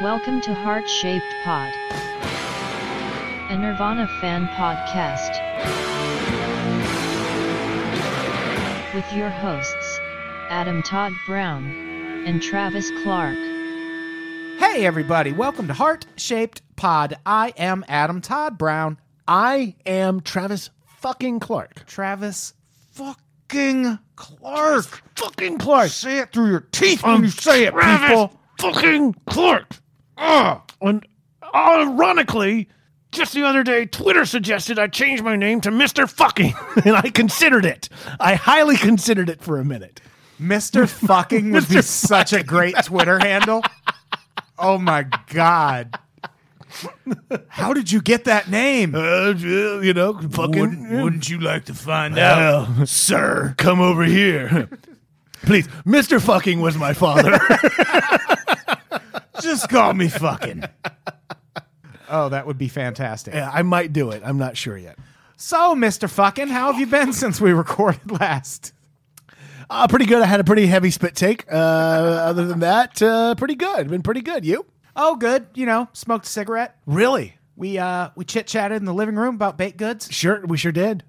Welcome to Heart Shaped Pod, a Nirvana fan podcast. With your hosts, Adam Todd Brown and Travis Clark. Hey, everybody, welcome to Heart Shaped Pod. I am Adam Todd Brown. I am Travis fucking Clark. Travis fucking Clark. Fucking Clark. Say it through your teeth when you say it, Travis people. Fucking Clark. Ugh. And ironically, just the other day, Twitter suggested I change my name to Mr. Fucking, and I considered it. I highly considered it for a minute. Mr. Fucking would be such a great Twitter handle. Oh my God. How did you get that name? Uh, you know, fucking. you like to find Now, sir, come over here. Please, Mr. Fucking was my father. Uh, Just call me fucking. Oh, that would be fantastic. yeah, I might do it. I'm not sure yet. So, Mr. Fucking, how have you been since we recorded last? Uh, pretty good. I had a pretty heavy spit take. Uh, other than that, uh, pretty good. Been pretty good. You? Oh, good. You know, smoked a cigarette. Really? We uh we chit chatted in the living room about baked goods. Sure, we sure did.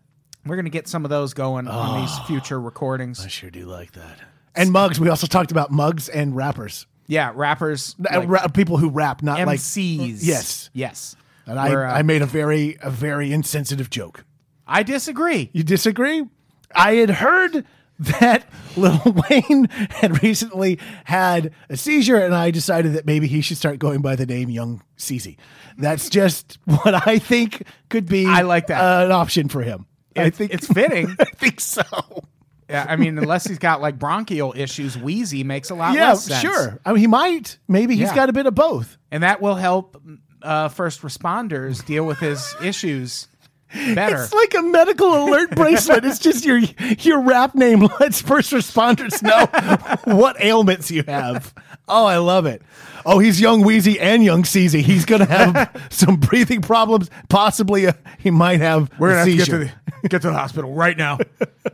We're gonna get some of those going Ah. on these future recordings. sure do like that. And mugs. We also talked about mugs and rappers. Yeah, rappers, Uh, like ra- people who rap, not like MCs. Yes. yes. And I, We're, uh, I made a very, a very insensitive joke. I disagree. You disagree? I had heard that Lil Wayne had recently had a seizure, and I decided that maybe he should start going by the name Young Cece. That's just what I think could be. I like that. uh, an option for him. I It- think it's fitting. I think so. yeah, I mean, unless he's got like bronchial issues, wheezy makes a lot Yeah, less sense. sure. I mean, he might. Maybe he's Yeah. got a bit of both. and that will help uh, first responders deal with his issues better. It's like a medical alert bracelet. It's just your your rap name lets first responders know what ailments you have. Oh, I love it. Oh, he's young Wheezy and young Seezy. He's gonna have some breathing problems. Possibly, a, he might have. a seizure. the, get to the hospital right now.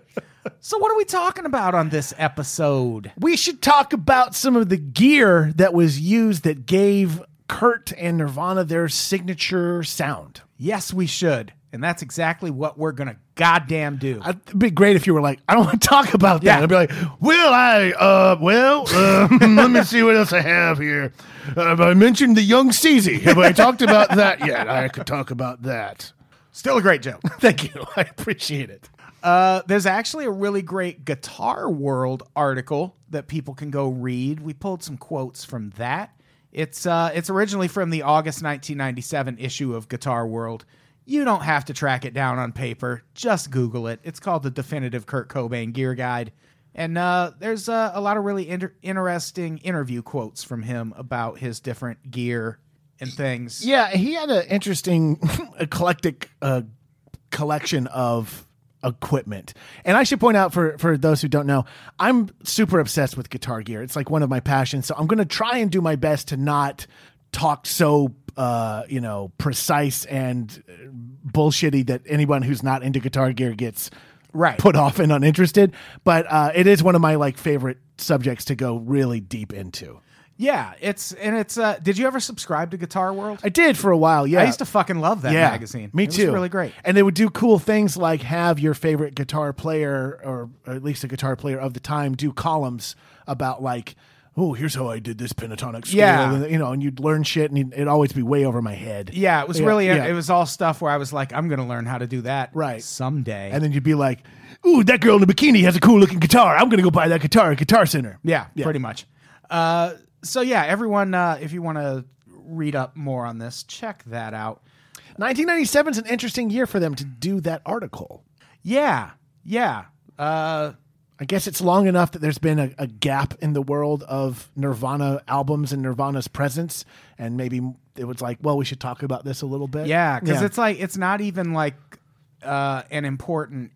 so, what are we talking about on this episode? we should talk about some of the gear that was used that gave Kurt and Nirvana their signature sound. Yes, we should. And that's exactly what we're going to goddamn do. I- It'd be great if you were like, I don't want to talk about that. Yeah. I'd be like, well, I, uh, well, uh, let me see what else I have here. Uh, I mentioned the young Seezy. Have I talked about that yet? I could talk about that. Still a great joke. Thank you. I appreciate it. Uh, there's actually a really great Guitar World article that people can go read. We pulled some quotes from that. It's uh, it's originally from the August 1997 issue of Guitar World. You don't have to track it down on paper. Just Google it. It's called the Definitive Kurt Cobain Gear Guide, and uh, there's uh, a lot of really inter- interesting interview quotes from him about his different gear and things. Yeah, he had an interesting, eclectic uh, collection of equipment. And I should point out for for those who don't know, I'm super obsessed with guitar gear. It's like one of my passions. So I'm going to try and do my best to not talk so uh, you know precise and uh, bullshitty that anyone who's not into guitar gear gets Right. put off and uninterested. But uh, it is one of my like favorite subjects to go really deep into. yeah. It's and it's. Uh, did you ever subscribe to Guitar World? I did for a while. Yeah, I used to fucking love that magazine. Me It was too. really great. And they would do cool things like have your favorite guitar player, or at least a guitar player of the time, do columns about like, oh, here's how I did this pentatonic scale, Yeah. and, you know, and you'd learn shit, and you'd- it'd always be way over my head. Yeah, it was really yeah. it was all stuff where I was like, I'm gonna learn how to do that Right. someday. And then you'd be like, ooh, that girl in the bikini has a cool looking guitar. I'm gonna go buy that guitar at Guitar Center. yeah, pretty much. Uh, so yeah, everyone, uh, if you want to read up more on this, check that out. 1997 is an interesting year for them to do that article. Yeah, yeah. Uh, I guess it's long enough that there's been a, a gap in the world of Nirvana albums and Nirvana's presence, and maybe it was like, well, we should talk about this a little bit. yeah, because it's like it's not even like uh, an important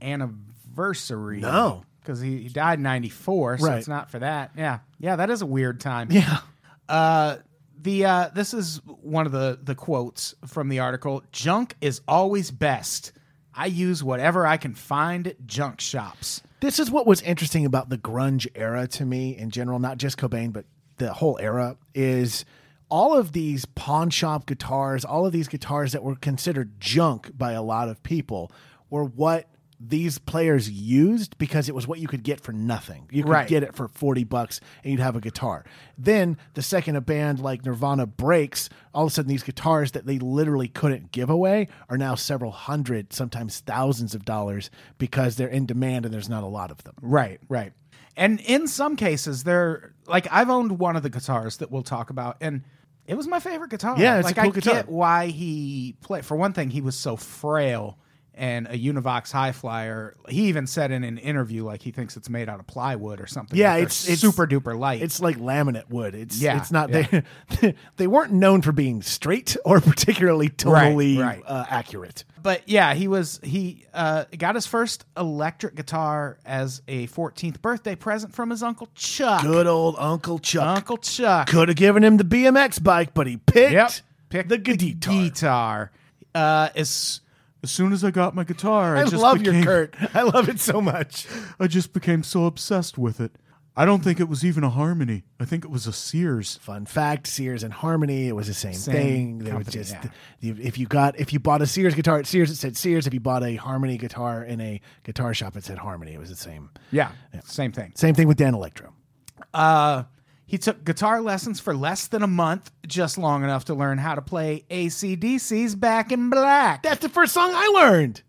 anniversary. No. because he, he died in '94, so Right. it's not for that. Yeah, yeah. That is a weird time. yeah, Uh, the uh, this is one of the the quotes from the article. Junk is always best. I use whatever I can find at junk shops. this is what was interesting about the grunge era to me in general, not just Cobain, but the whole era is all of these pawn shop guitars, all of these guitars that were considered junk by a lot of people, were what these players used because it was what you could get for nothing. You could Right. get it for 40 bucks and you'd have a guitar. Then the second a band like Nirvana breaks, all of a sudden these guitars that they literally couldn't give away are now several hundred, sometimes thousands of dollars because they're in demand and there's not a lot of them. Right, right. And in some cases, they're like I've owned one of the guitars that we'll talk about, and it was my favorite guitar. Yeah, it's a like cool I guitar. get why he played. For one thing, he was so frail and a Univox high flyer. He even said in an interview like he thinks it's made out of plywood or something. Yeah, like they're it's- it's- super duper light. It's like laminate wood. It's Yeah, it's not they they weren't known for being straight or particularly totally right. Uh, accurate. but yeah, he was he uh, got his first electric guitar as a 14th birthday present from his uncle Chuck. Good old Uncle Chuck Uncle Chuck. could have given him the BMX bike, but he picked Yep. picked the guitar. guitar. Uh, as as soon as I got my guitar, I, I just love your became, Kurt. I love it so much. I just became so obsessed with it. I don't think it was even a harmony. I think it was a Sears. Fun fact: Sears and Harmony. It was the same, Same thing. They company, were just yeah. you- if you got if you bought a Sears guitar at Sears, it said Sears. If you bought a Harmony guitar in a guitar shop, it said Harmony. It was the same. Yeah, same thing. Same thing with Dan Electro. Uh, he took guitar lessons for less than a month, just long enough to learn how to play ACDC's Back in Black. That's the first song I learned.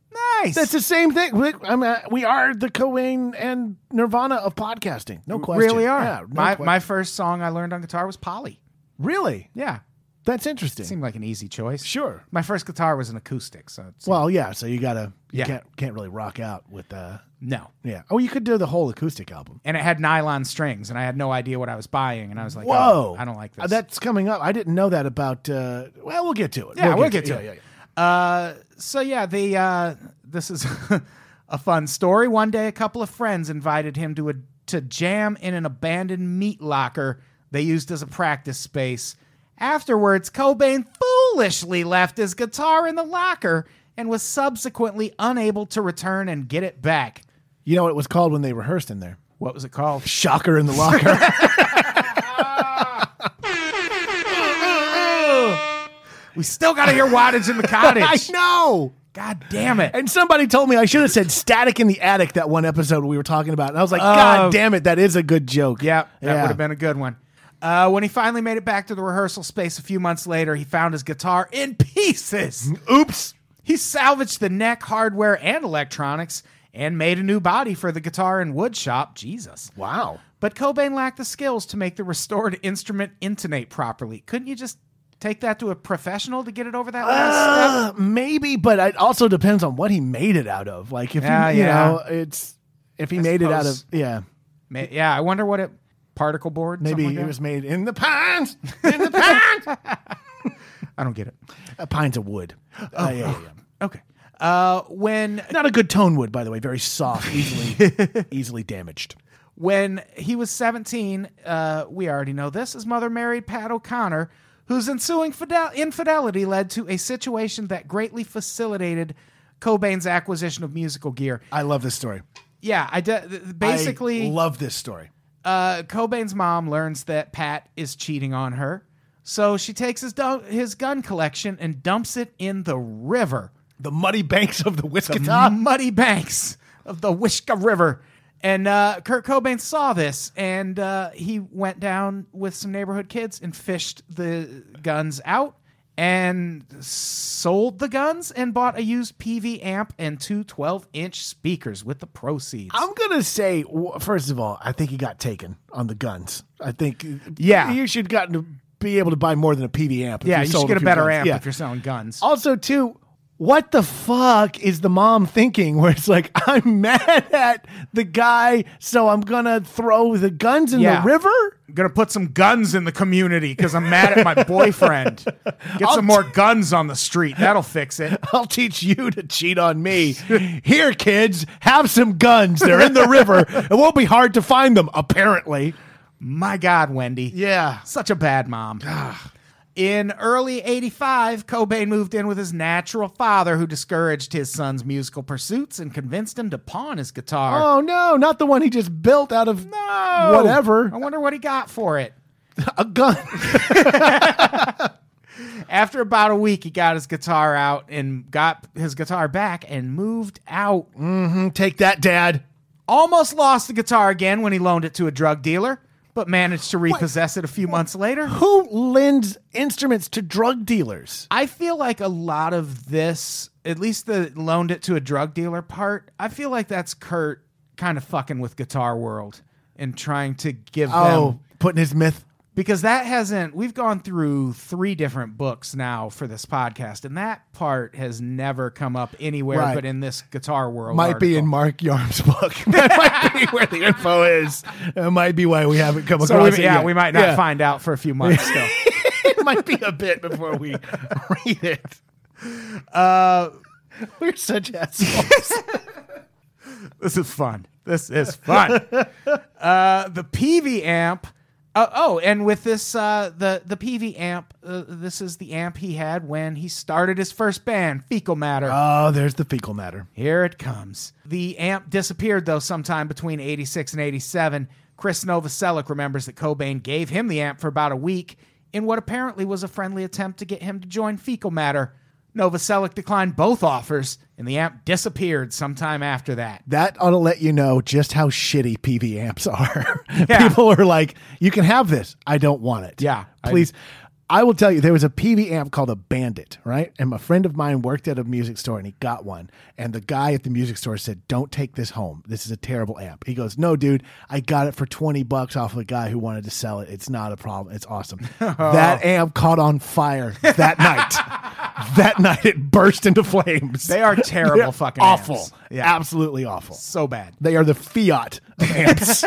nice. That's the same thing. We, I'm, uh, we are the Cobain and Nirvana of podcasting. No question. really are. Yeah, no my que- my first song I learned on guitar was Polly. really. Yeah, That's interesting. seemed like an easy choice. sure. My first guitar was an acoustic, so it's, Well, yeah. So you gotta. You Yeah. can't can't really rock out with. Uh, no. yeah. Oh, you could do the whole acoustic album. and it had nylon strings, and I had no idea what I was buying, and I was like, Whoa. "Oh, I don't like Uh, this." That's coming up. I didn't know that about. Uh, well, we'll get to it. yeah, we'll, get, to yeah, it. Uh, so yeah, the uh, this is a fun story. One day, a couple of friends invited him to a to jam in an abandoned meat locker they used as a practice space. Afterwards, Cobain foolishly left his guitar in the locker and was subsequently unable to return and get it back. yeah. You know what it was called when they rehearsed in there? What was it called? Shocker in the locker. We still got to hear wattage in the I cottage. know. God damn it! And somebody told me I should have said static in the attic that one episode we were talking about. And I was like, Oh. God damn it, that is a good joke. Yeah, that would have been a good one. Uh, when he finally made it back to the rehearsal space a few months later, he found his guitar in pieces. Oops. He salvaged the neck, hardware, and electronics and made a new body for the guitar in wood shop. Jesus. Wow. But Cobain lacked the skills to make the restored instrument intonate properly. Couldn't you just take that to a professional to get it over that last step? Uh, maybe, but it also depends on what he made it out of. Like if Yeah, he, you yeah. know, it's if he made it out of suppose. yeah, Ma- Yeah, I wonder what it particle board. maybe something like it that? was made in the pines, in the pines, I don't get it. uh, pines of wood. Oh. Uh, yeah, yeah, yeah. Okay. Uh, when Not a good tone wood, by the way. Very soft, easily easily damaged. When he was 17, uh, we already know this, his mother married Pat O'Connor, whose ensuing fidel- infidelity led to a situation that greatly facilitated Cobain's acquisition of musical gear. I love this story. Yeah, I de- th- basically, I love this story. uh, Cobain's mom learns that Pat is cheating on her. So she takes his, du- his gun collection and dumps it in the river. The muddy banks of the Wiskita. muddy banks of the Wishka River. And uh, Kurt Cobain saw this, and uh, he went down with some neighborhood kids and fished the guns out, and sold the guns, and bought a used PV amp and two 12-inch speakers with the proceeds. I'm gonna say, w- first of all, I think he got taken on the guns. I think, Yeah. you should gotten to be able to buy more than a PV amp. if yeah, you should sold get a a few better guns. amp Yeah. if you're selling guns. also, too, what the fuck is the mom thinking? Where it's like, I'm mad at the guy, so I'm gonna throw the guns in Yeah. the river. I'm gonna put some guns in the community because I'm mad at my boyfriend. Get I'll some more guns on the street. That'll fix it. I'll teach you to cheat on me. Here, kids, have some guns. They're in the river. It won't be hard to find them, apparently. My God, Wendy. Yeah. Such a bad mom. In early 85, Cobain moved in with his natural father, who discouraged his son's musical pursuits and convinced him to pawn his guitar. Oh no, not the one he just built out of No! whatever. I wonder what he got for it. a gun. After about a week, he got his guitar out and got his guitar back and moved out. Take that, Dad. Almost lost the guitar again when he loaned it to a drug dealer, but managed to repossess it a few months later. Who lends instruments to drug dealers? I feel like a lot of this, at least the loaned it to a drug dealer part, I feel like that's Kurt kind of fucking with Guitar World and trying to give them Oh, putting his myth. because that hasn't we've gone through three different books now for this podcast and that part has never come up anywhere Right. but in this guitar world Might be article. in Mark Yarm's book. that might be where the info is. That might be why we haven't come so across we, it yeah yet. we might not Yeah. find out for a few months still it might be a bit before we read it. Uh, We're such assholes. this is fun this is fun uh the pv amp uh, oh and with this uh the the pv amp uh, this is the amp he had when he started his first band fecal matter oh, there's the fecal matter. Here it comes. The amp disappeared though sometime between 86 and 87. Chris Novoselic remembers that Cobain gave him the amp for about a week in what apparently was a friendly attempt to get him to join Fecal Matter. Novoselic declined both offers, and the amp disappeared sometime after that. That ought to let you know just how shitty PV amps are. Yeah. People are like, you can have this. I don't want it. Yeah, I- Please. I, will tell you, there was a PV amp called a Bandit, right? And a friend of mine worked at a music store and he got one. And the guy at the music store said, Don't take this home. This is a terrible amp. He goes, No, dude, I got it for 20 bucks off of a guy who wanted to sell it. It's not a problem. It's awesome. That amp caught on fire that night. That night it burst into flames. They are terrible They're fucking awful. amps. Yeah. Absolutely awful. So bad. They are the fiat of amps.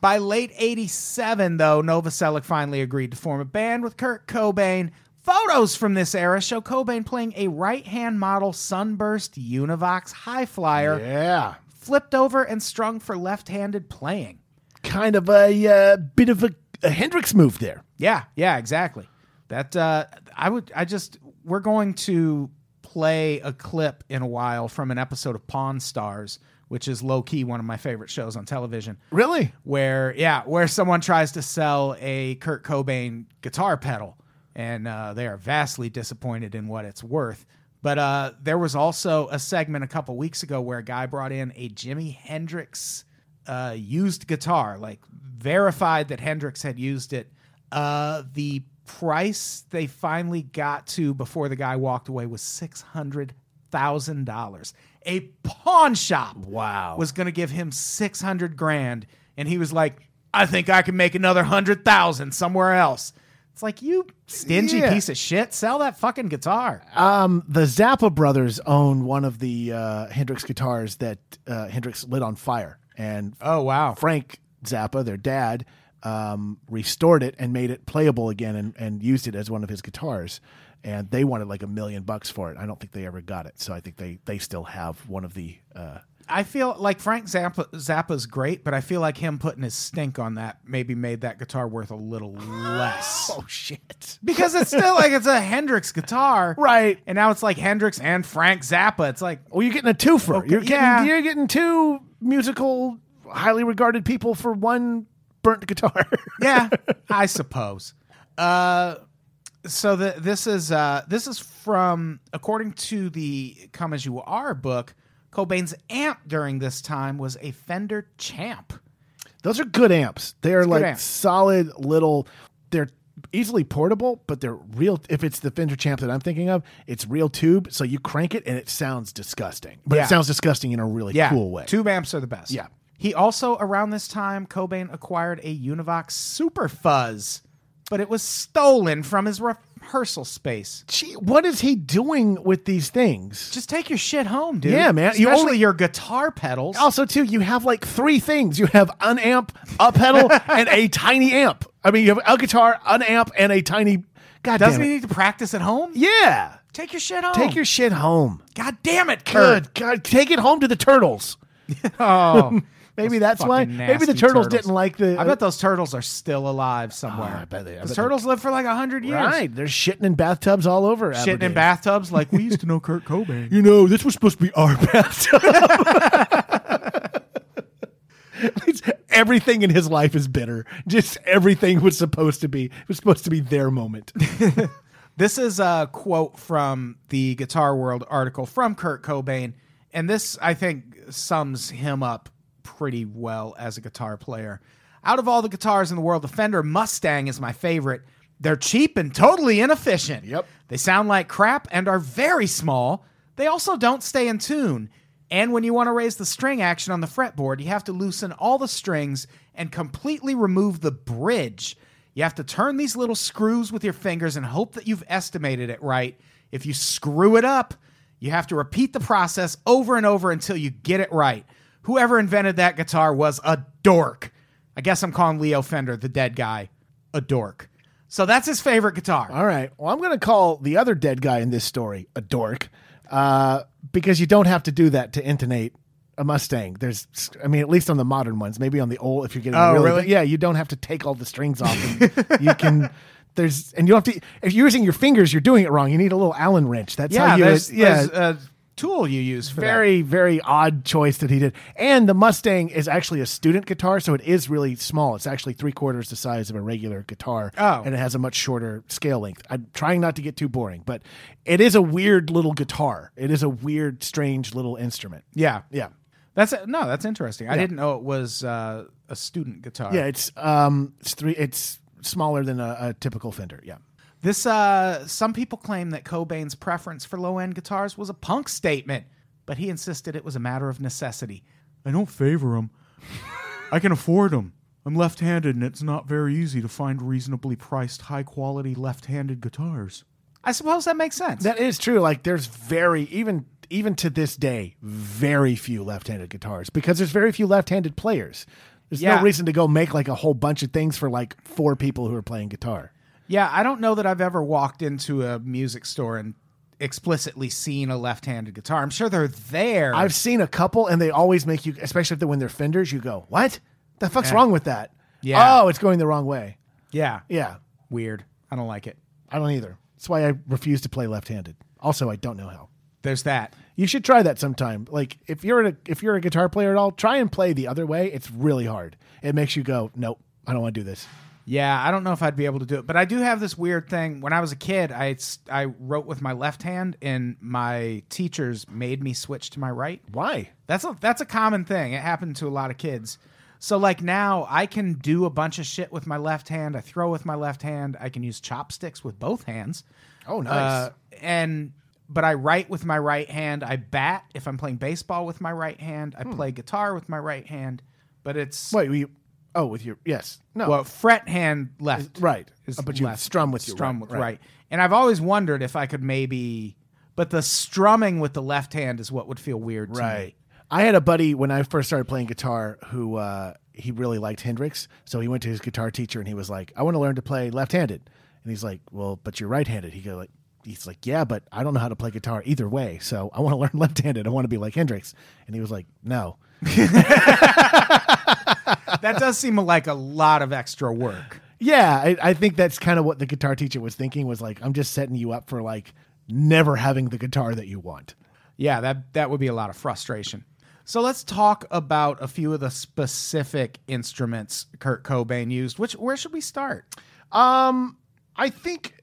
By late 87, though, Novoselic finally agreed to form a band with Kurt Cobain. Photos from this era show Cobain playing a right hand model Sunburst Univox High Flyer. yeah. flipped over and strung for left-handed playing. Kind of a uh, bit of a, a Hendrix move there. Yeah, yeah, exactly. That uh, I would. I just we're going to play a clip in a while from an episode of Pawn Stars, which is low key one of my favorite shows on television. Really? Where yeah, where someone tries to sell a Kurt Cobain guitar pedal, and uh, they are vastly disappointed in what it's worth. But uh, there was also a segment a couple weeks ago where a guy brought in a Jimi Hendrix uh, used guitar, like verified that Hendrix had used it. Uh, the price they finally got to before the guy walked away was six hundred thousand dollars. A pawn shop Wow. was going to give him 600 grand and he was like i think i can make another 100000 somewhere else it's like you stingy Yeah. piece of shit sell that fucking guitar Um, the Zappa brothers own one of the uh, Hendrix guitars that uh, Hendrix lit on fire. And oh wow Frank Zappa, their dad, um, restored it and made it playable again and, and used it as one of his guitars. And they wanted like a million bucks for it. I don't think they ever got it. So I think they, they still have one of the. Uh, i feel like frank zappa zappa's great but i feel like him putting his stink on that maybe made that guitar worth a little less oh, shit. because it's still like it's a hendrix guitar Right. and now it's like hendrix and frank zappa it's like Well, you're getting a twofer. you're getting yeah. you're getting two musical, highly regarded people for one burnt guitar. yeah, I suppose. Uh, so the, this is uh, this is from according to the "Come as You Are" book. Cobain's amp during this time was a Fender Champ. Those are good amps. They are like amps. solid little. They're easily portable, but they're real. If it's the Fender Champ that I'm thinking of, it's real tube. So you crank it and it sounds disgusting, but Yeah. it sounds disgusting in a really Yeah, cool way. Tube amps are the best. Yeah. He also around this time Cobain acquired a Univox Super Fuzz, but it was stolen from his rehearsal space. Gee, what is he doing with these things? Just take your shit home, dude. Yeah, man. You Especially only- Oh, your guitar pedals. also too you have like three things you have an amp a pedal and a tiny amp i mean you have a guitar an amp and a tiny god Doesn't he damn it. need to practice at home? yeah Take your shit home. take your shit home God damn it, Kurt. good god take it home to the turtles Oh, maybe that's fucking why maybe nasty the turtles, didn't like the I bet those turtles are still alive somewhere. Oh, I bet they- I Because bet they- turtles live for like hundred years. right they're shitting in bathtubs all over Shitting Aberdeen. in bathtubs like we used to know Kurt Cobain. you know this was supposed to be our bathtub It's everything in his life is bitter. Just everything was supposed to be it was supposed to be their moment. This is a quote from the Guitar World article from Kurt Cobain, and this I think sums him up pretty well as a guitar player. Out of all the guitars in the world, the Fender Mustang is my favorite. They're cheap and totally inefficient. Yep. They sound like crap and are very small. They also don't stay in tune. And when you want to raise the string action on the fretboard, you have to loosen all the strings and completely remove the bridge. You have to turn these little screws with your fingers and hope that you've estimated it right. If you screw it up, you have to repeat the process over and over until you get it right. Whoever invented that guitar was a dork. I guess I'm calling Leo Fender, the dead guy, a dork. So that's his favorite guitar. All right. Well, I'm going to call the other dead guy in this story a dork, uh, because you don't have to do that to intonate a Mustang. There's, I mean, at least on the modern ones. Maybe on the old, if you're getting Oh, really, really? big- yeah, you don't have to take all the strings off. And you can. There's, and you don't have to. If you're using your fingers, you're doing it wrong. You need a little Allen wrench. That's yeah, how you. there's, yeah, there's a tool you use for that. very very odd choice that he did and the mustang is actually a student guitar so it is really small it's actually three quarters the size of a regular guitar Oh. and it has a much shorter scale length i'm trying not to get too boring but it is a weird little guitar it is a weird strange little instrument Yeah, yeah That's no, that's interesting. I didn't know it was uh, a student guitar. yeah it's um it's three it's smaller than a, a typical fender yeah This uh, some people claim that Cobain's preference for low-end guitars was a punk statement, but he insisted it was a matter of necessity. I don't favor them. I can afford them. I'm left-handed and it's not very easy to find reasonably priced high-quality left-handed guitars. I suppose that makes sense. That is true. Like there's very even even to this day, very few left-handed guitars because there's very few left-handed players. There's Yeah. no reason to go make like a whole bunch of things for like four people who are playing guitar. Yeah, I don't know that I've ever walked into a music store and explicitly seen a left-handed guitar. I'm sure they're there. I've seen a couple and they always make you especially if they're when they're fenders, you go, What? The fuck's wrong with that? Yeah. Oh, it's going the wrong way. yeah. Yeah. Weird. I don't like it. I don't either. That's why I refuse to play left-handed. Also, I don't know how. There's that. You should try that sometime. Like if you're a if you're a guitar player at all, try and play the other way. It's really hard. It makes you go, Nope, I don't want to do this. Yeah, I don't know if I'd be able to do it, but I do have this weird thing. When I was a kid, I s- I wrote with my left hand, and my teachers made me switch to my right. Why? That's a that's a common thing. It happened to a lot of kids. So like now I can do a bunch of shit with my left hand. I throw with my left hand. I can use chopsticks with both hands. Oh, nice. Uh, and but I write with my right hand. I bat if I'm playing baseball with my right hand. I play guitar with my right hand. But it's Hmm. Wait, we. Oh, with your yes, no, well fret hand left. right. Oh. is Uh, but you left. strum with your strum right, with right. And I've always wondered if I could maybe but the strumming with the left hand is what would feel weird to me. Right. I had a buddy when I first started playing guitar who uh, he really liked Hendrix, so he went to his guitar teacher and he was like, "I want to learn to play left-handed," and he's like, "Well, but you're right-handed." He go like. He's like, yeah, but I don't know how to play guitar either way. So I want to learn left-handed. I want to be like Hendrix. And he was like, no, that does seem like a lot of extra work. Yeah, I, I think that's kind of what the guitar teacher was thinking was like, I'm just setting you up for like never having the guitar that you want. Yeah, that that would be a lot of frustration. So let's talk about a few of the specific instruments Kurt Cobain used. Which where should we start? Um, I think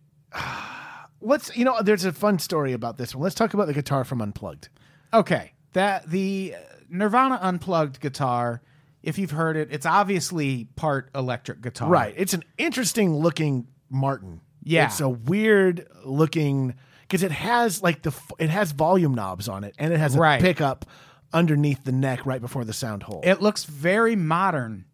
let's you know, there's a fun story about this one. Let's talk about the guitar from Unplugged. Okay, that the Nirvana unplugged guitar. If you've heard it, it's obviously part electric guitar. Right. It's an interesting looking Martin. Yeah. It's a weird looking because it has like the f- it has volume knobs on it and it has a Right. pickup underneath the neck right before the sound hole. It looks very modern.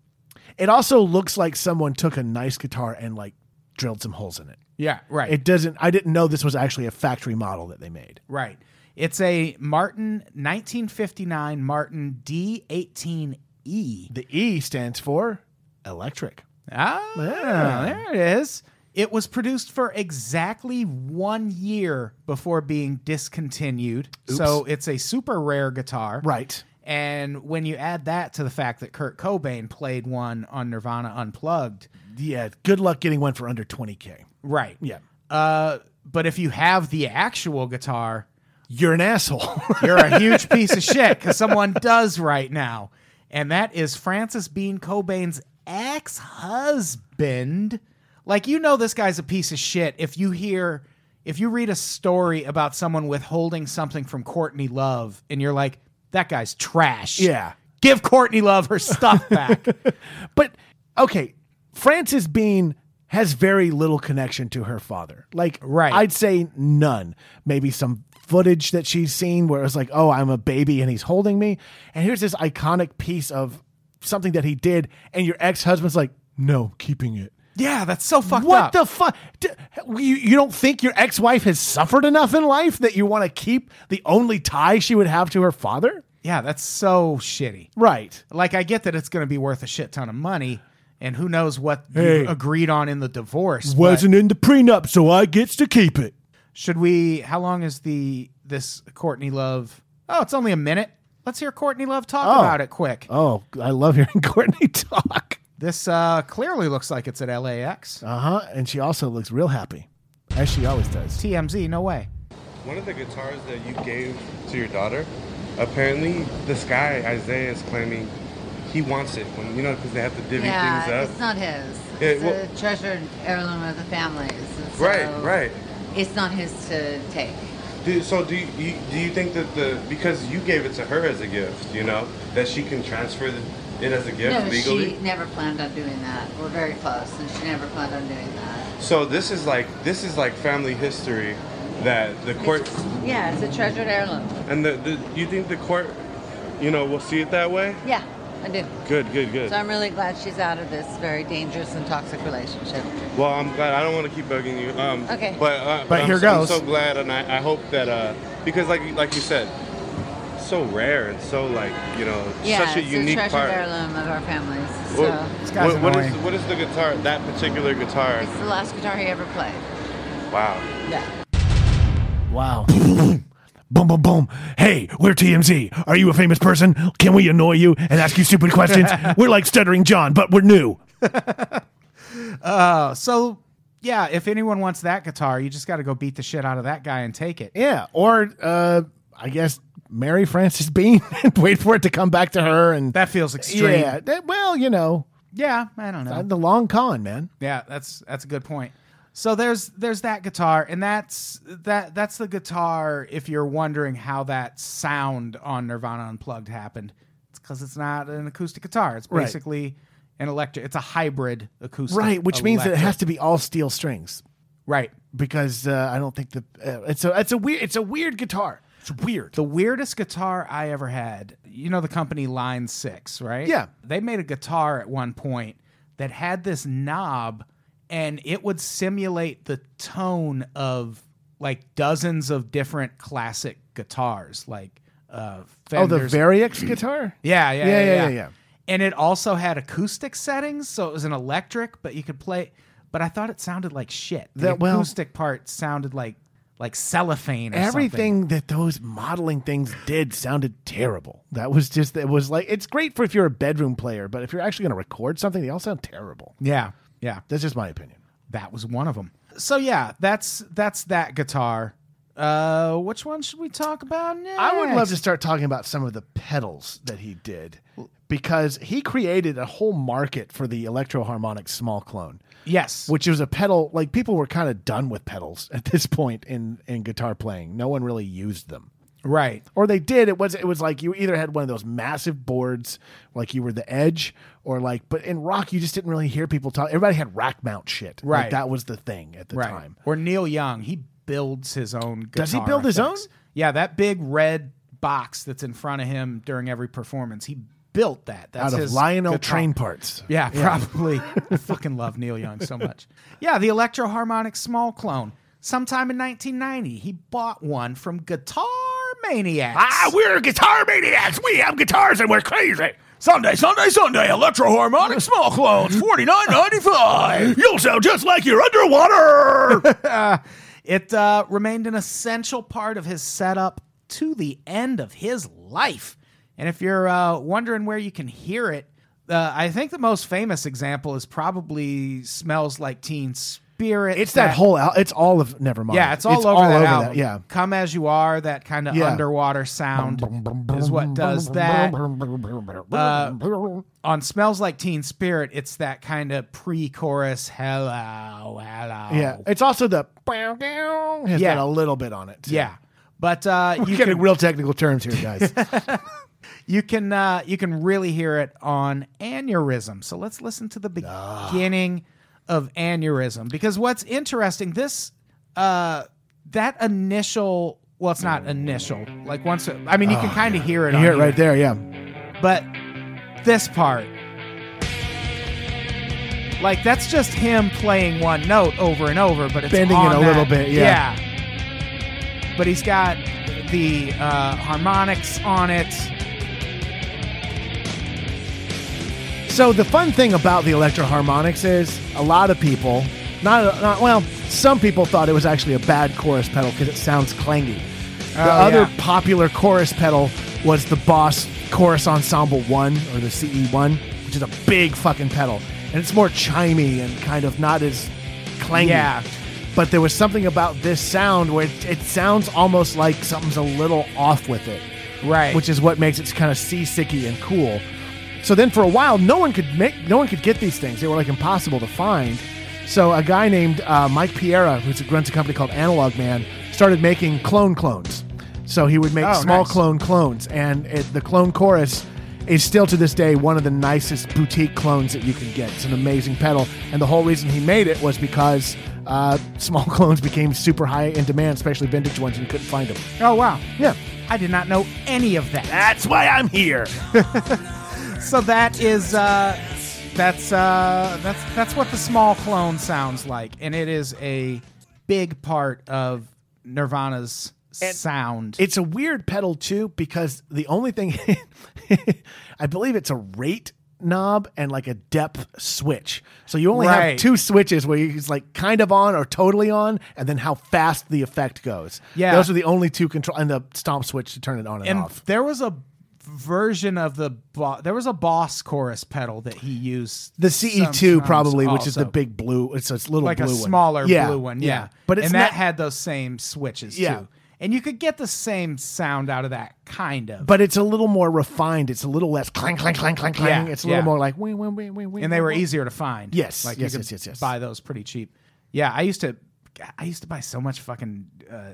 it also looks like someone took a nice guitar and like drilled some holes in it. Yeah. Right. It doesn't. I didn't know this was actually a factory model that they made. right. It's a Martin 1959 Martin D18E. The E stands for electric. Ah, Yeah. there it is. It was produced for exactly one year before being discontinued. So it's a super rare guitar. Right. And when you add that to the fact that Kurt Cobain played one on Nirvana Unplugged, Yeah. Good luck getting one for under twenty k. right. Yeah. Uh, but if you have the actual guitar, You're an asshole. you're a huge piece of shit because someone does right now. and that is Francis Bean Cobain's ex husband. Like, you know, this guy's a piece of shit if you hear, if you read a story about someone withholding something from Courtney Love and you're like, that guy's trash. Yeah. Give Courtney Love her stuff back. But okay, Frances Bean has very little connection to her father. Like, Right. I'd say none. Maybe some footage that she's seen where it's like, oh, I'm a baby and he's holding me. And here's this iconic piece of something that he did. And your ex husband's like, no, keeping it. yeah, that's so fucked what up. the fuck? You, you don't think your ex wife has suffered enough in life that you want to keep the only tie she would have to her father? yeah, that's so shitty. Right. Like, I get that it's going to be worth a shit ton of money. And who knows what Hey. you agreed on in the divorce? but- Wasn't in the prenup, so I gets to keep it. Should we? How long is the this Courtney Love? Oh, it's only a minute. Let's hear Courtney Love talk Oh. about it quick. Oh, I love hearing Courtney talk. This uh, clearly looks like it's at LAX. Uh huh. And she also looks real happy, as she always does. TMZ, no way. One of the guitars that you gave to your daughter, apparently this guy Isaiah is claiming he wants it when you know because they have to divvy Yeah, things it's up. not his. Yeah, It's well- a treasured heirloom of the families. and so Right, right. It's not his to take. Do, so do you, you do you think that the because you gave it to her as a gift, you know, that she can transfer the, it as a gift no, legally? she never planned on doing that. We're very close, and she never planned on doing that. So this is like this is like family history that the court It's- yeah, it's a treasured heirloom. and the, the you think the court, you know, will see it that way. Yeah, I do. Good, good, good. So I'm really glad she's out of this very dangerous and toxic relationship. Well, I'm glad. I don't want to keep bugging you. Um, Okay. But uh, But I'm, here so- I'm goes. so glad, and I, I hope that uh, because like like you said, so rare and so like you know Yeah, such a it's unique treasured part. heirloom of our families. So What, This guy's what- what is annoying. what is the guitar? That particular guitar? it's the last guitar he ever played. Wow. Yeah. Wow. boom, boom, boom. Hey, we're TMZ. Are you a famous person? Can we annoy you and ask you stupid questions? we're like Stuttering John, but we're new. Uh, so yeah, if anyone wants that guitar, you just got to go beat the shit out of that guy and take it. Yeah. Or, uh, I guess, marry Frances Bean and wait for it to come back to her. And That feels extreme. Yeah. that- well, you know, Yeah, I don't know. the long con, man. Yeah, that's that's a good point. So there's there's that guitar, and that's that that's the guitar. If you're wondering how that sound on Nirvana Unplugged happened, it's because it's not an acoustic guitar. It's Right. basically an electric. It's a hybrid acoustic, Right. Which means that it electric. has to be all steel strings. right. because uh, I don't think the uh, it's a it's a weird it's a weird guitar. It's weird. The weirdest guitar I ever had, you know, the company Line Six, right? Yeah. They made a guitar at one point that had this knob and it would simulate the tone of like dozens of different classic guitars, like uh, oh, the Fenders. Variax guitar. yeah, yeah, Yeah, yeah, yeah, yeah, yeah, yeah. And it also had acoustic settings, so it was an electric, but you could play. But I thought it sounded like shit. The That- well- acoustic part sounded like like cellophane. Or something. Everything that those modeling things did sounded terrible. That was just it was like it's great for if you're a bedroom player, but if you're actually going to record something, they all sound terrible. Yeah, yeah. That's just my opinion. that was one of them. So yeah, that's that's that guitar. Uh, which one should we talk about next? I would love to start talking about some of the pedals that he did because he created a whole market for the electro harmonic small clone. Yes, which was a pedal like people were kind of done with pedals at this point in in guitar playing no one really used them right. or they did it was it was like you either had one of those massive boards like you were the edge or like but in rock you just didn't really hear people talk everybody had rack mount shit Like, Right. that was the thing at the Right. time Or Neil Young, he builds his own. guitar. Does he build I his think. own? Yeah, that big red box that's in front of him during every performance. He built that. That's out of his lionel guitar. train parts Yeah, probably. I fucking love Neil Young so much. Yeah, the Electro Harmonic Small Clone. Sometime in 1990, he bought one from Guitar Maniacs. we're guitar maniacs. We have guitars and we're crazy. Sunday, Sunday, Sunday, electro harmonic small clones, forty nine ninety five. You'll sound just like you're underwater. It uh, remained an essential part of his setup to the end of his life. And if you're uh, wondering where you can hear it, uh, I think the most famous example is probably Smells Like Teen Spirit. spirit. It's that, whole. Al- it's all of. Never mind. Yeah, it's all over, that, album. yeah. Come as you are, that kind of Yeah. underwater sound is what does that. Oh. Uh, on smells like Teen Spirit, it's that kind of pre-chorus hello, hello. Yeah. It's also the. Has Yeah. got a little bit on it. too. yeah. But uh, We're you getting can real technical terms here, guys. you can uh, you can really hear it on aneurysm. So let's listen to the Ah. beginning of aneurysm because what's interesting this uh, that initial well it's not initial like once I mean you can kind of hear it Ah, you on hear it here. right there. Yeah. but this part like that's just him playing one note over and over but it's Bending on it a that- little bit, yeah. Yeah. but he's got the uh, harmonics on it So the fun thing about the electro harmonics is a lot of people, not, not well, some people thought it was actually a bad chorus pedal because it sounds clangy. The Oh, other yeah. popular chorus pedal was the Boss Chorus Ensemble One or the CE One, which is a big fucking pedal, and it's more chimey and kind of not as clangy. Yeah. But there was something about this sound where it, it sounds almost like something's a little off with it right which is what makes it kind of seasicky and cool. So then for a while, no one could make, no one could get these things. They were like impossible to find. So a guy named uh, Mike Piera, who runs a company called Analog Man, started making clone clones. So he would make Oh, small nice. clone clones, and it, the clone chorus is still to this day one of the nicest boutique clones that you can get. It's an amazing pedal, and the whole reason he made it was because uh, small clones became super high in demand, especially vintage ones, and you couldn't find them. oh wow Yeah, i did not know any of that that's why I'm here. so that is uh that's uh that's that's what the small clone sounds like and it is a big part of nirvana's sound It's a weird pedal too because the only thing I believe it's a rate knob and like a depth switch. So you only Right. have two switches where it's like kind of on or totally on, and then how fast the effect goes. Yeah. those are the only two control and the stomp switch to turn it on and, and off. there was a version of the bo- there was a boss chorus pedal that he used The CE two sometimes probably, which is the also. big blue. It's a little like a blue one. smaller Yeah, blue one yeah, But it's and not, that had those same switches Yeah. too and you could get the same sound out of that kind of but it's a little more refined. It's a little less clang clang clang clang clang. Yeah, it's a little yeah. more like wing wing wing wing. and they were easier to find. Yes, like yes, you could yes, yes, yes. Buy those pretty cheap. Yeah, I used to. I used to buy so much fucking uh,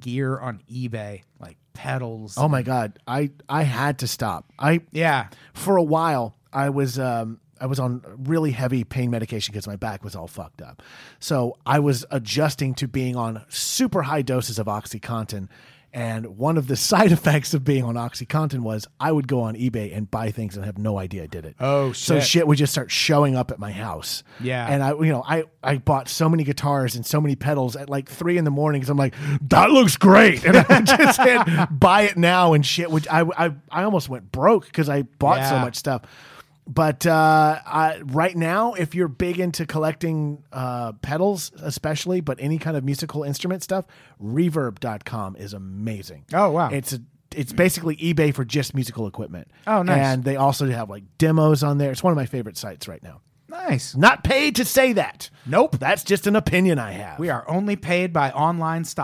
gear on eBay, like pedals. Oh my god, I I had to stop. I yeah, for a while I was um I was on really heavy pain medication because my back was all fucked up. So I was adjusting to being on super high doses of OxyContin. And one of the side effects of being on OxyContin was I would go on eBay and buy things and have no idea I did it. Oh, So shit. shit would just start showing up at my house. Yeah. And I, you know, I, I bought so many guitars and so many pedals at like three in the morning because I'm like, that looks great. And I just said, buy it now and shit, which I, I, I almost went broke because I bought so Yeah. much stuff. But uh, I, right now, if you're big into collecting uh, pedals, especially, but any kind of musical instrument stuff, reverb.com is amazing. Oh, wow. It's a, it's basically eBay for just musical equipment. Oh, nice. And they also have like demos on there. It's one of my favorite sites right now. nice. Not paid to say that. Nope. That's just an opinion I have. We are only paid by